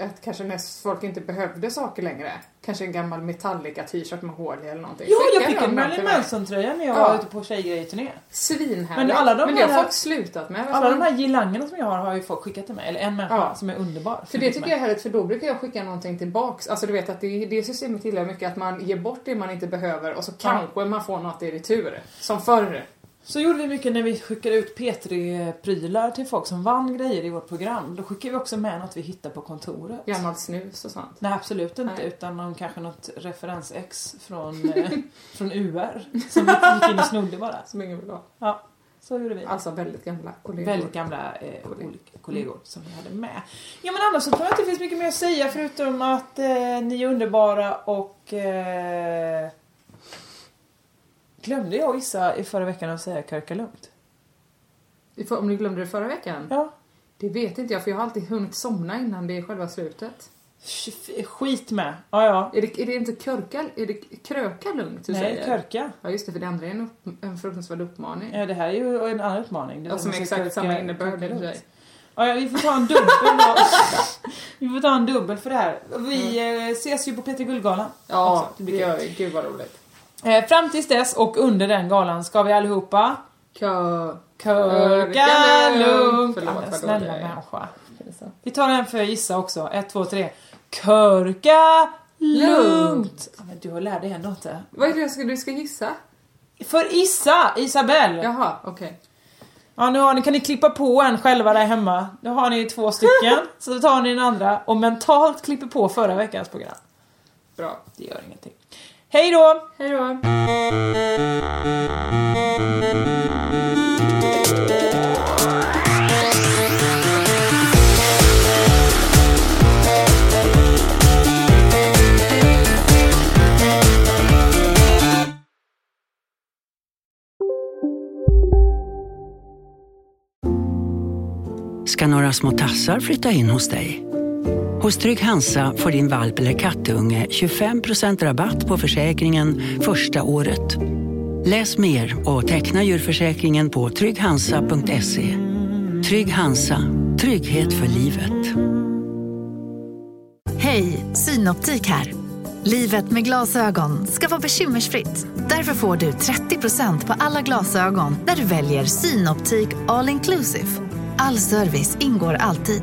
Speaker 7: eh, att kanske näst folk inte behövde saker längre. Kanske en gammal Metallica t-shirt med hål i eller någonting.
Speaker 6: Jo, jag
Speaker 7: Skickade
Speaker 6: fick
Speaker 7: de
Speaker 6: en
Speaker 7: dem
Speaker 6: Marilyn
Speaker 7: till mig.
Speaker 6: Manson-tröja när jag
Speaker 7: Ja.
Speaker 6: var ute på tjejgrejerturné.
Speaker 7: Svinhärligt.
Speaker 6: Men alla de
Speaker 7: Men det har
Speaker 6: här-
Speaker 7: folk slutat med.
Speaker 6: Alla de här girlangerna som jag har har ju folk skickat till mig. Eller en människa
Speaker 7: Ja.
Speaker 6: som är underbar.
Speaker 7: För det tycker jag är härligt för då brukar jag skicka någonting tillbaks. Alltså du vet att det, det systemet gillar jag mycket att man ger bort det man inte behöver och så kanske man får något i retur. Som förr.
Speaker 6: Så gjorde vi mycket när vi skickade ut P3-prylar till folk som vann grejer i vårt program. Då skickade vi också med något vi hittade på kontoret.
Speaker 7: Gammalt snus och sånt.
Speaker 6: Nej absolut inte
Speaker 7: Nej.
Speaker 6: utan någon, kanske något referensex från, eh, från UR som vi gick in och snodde bara.
Speaker 7: Som ingen vill ha.
Speaker 6: Ja, så gjorde vi.
Speaker 7: Alltså väldigt gamla kollegor.
Speaker 6: Väldigt gamla eh,
Speaker 7: Mm.
Speaker 6: olika kollegor som vi hade med. Ja men annars så tror jag inte det finns mycket mer att säga förutom att eh, ni är underbara och eh, Glömde jag gissa i förra veckan att säga körka lugnt?
Speaker 7: Vi får- Om ni glömde det förra veckan?
Speaker 6: Ja.
Speaker 7: Det vet inte jag för jag har alltid hunnit somna innan det är själva slutet.
Speaker 6: Sh- Skit med. Ja ja.
Speaker 7: Är det, är det inte körka, är det kröka lugnt du
Speaker 6: Nej,
Speaker 7: säger?
Speaker 6: körka.
Speaker 7: Ja just det, för det andra är en, upp, en fruktansvärd uppmaning.
Speaker 6: Ja, det här är ju en annan utmaning. Det är
Speaker 7: Ja, som
Speaker 6: man
Speaker 7: är
Speaker 6: ska
Speaker 7: exakt
Speaker 6: körka-
Speaker 7: samma
Speaker 6: körka
Speaker 7: innebörd i och
Speaker 6: lugnt.
Speaker 7: för sig.
Speaker 6: Ja, ja, vi får ta en dubbel då. Vi får ta en dubbel för det här. Vi eh, ses ju på Peter Guldgalan.
Speaker 7: Ja,
Speaker 6: också.
Speaker 7: det gör vi. Gud vad roligt.
Speaker 6: Eh, Fram tills dess och under den galan ska vi allihopa
Speaker 7: Kö...
Speaker 6: Körka lugnt!
Speaker 7: Förlåt,
Speaker 6: Anna,
Speaker 7: förlåt.
Speaker 6: snälla
Speaker 7: eh,
Speaker 6: människa. Vi tar en för gissa också. Ett, två, tre. Körka lugnt! Ja, men du lärde dig ändå inte.
Speaker 7: Vad är det jag ska, du ska gissa?
Speaker 6: För Issa, Isabelle! Ja.
Speaker 7: Jaha, okej.
Speaker 6: nu har ni, kan ni klippa på en själva där hemma. Nu har ni två stycken. så då tar ni den andra och mentalt klipper på förra veckans program.
Speaker 7: Bra.
Speaker 6: Det gör ingenting. Hej då!
Speaker 7: Hej då.
Speaker 9: ska några små tassar flytta in hos dig. Hos Trygg Hansa får din valp eller kattunge 25% rabatt på försäkringen första året.
Speaker 10: Läs mer och teckna djurförsäkringen på trygghansa.se. Trygg Hansa, trygghet för livet.
Speaker 5: Hej, Synoptik här. Livet med glasögon ska vara bekymmersfritt. Därför får du 30% på alla glasögon när du väljer Synoptik All Inclusive. All service ingår alltid.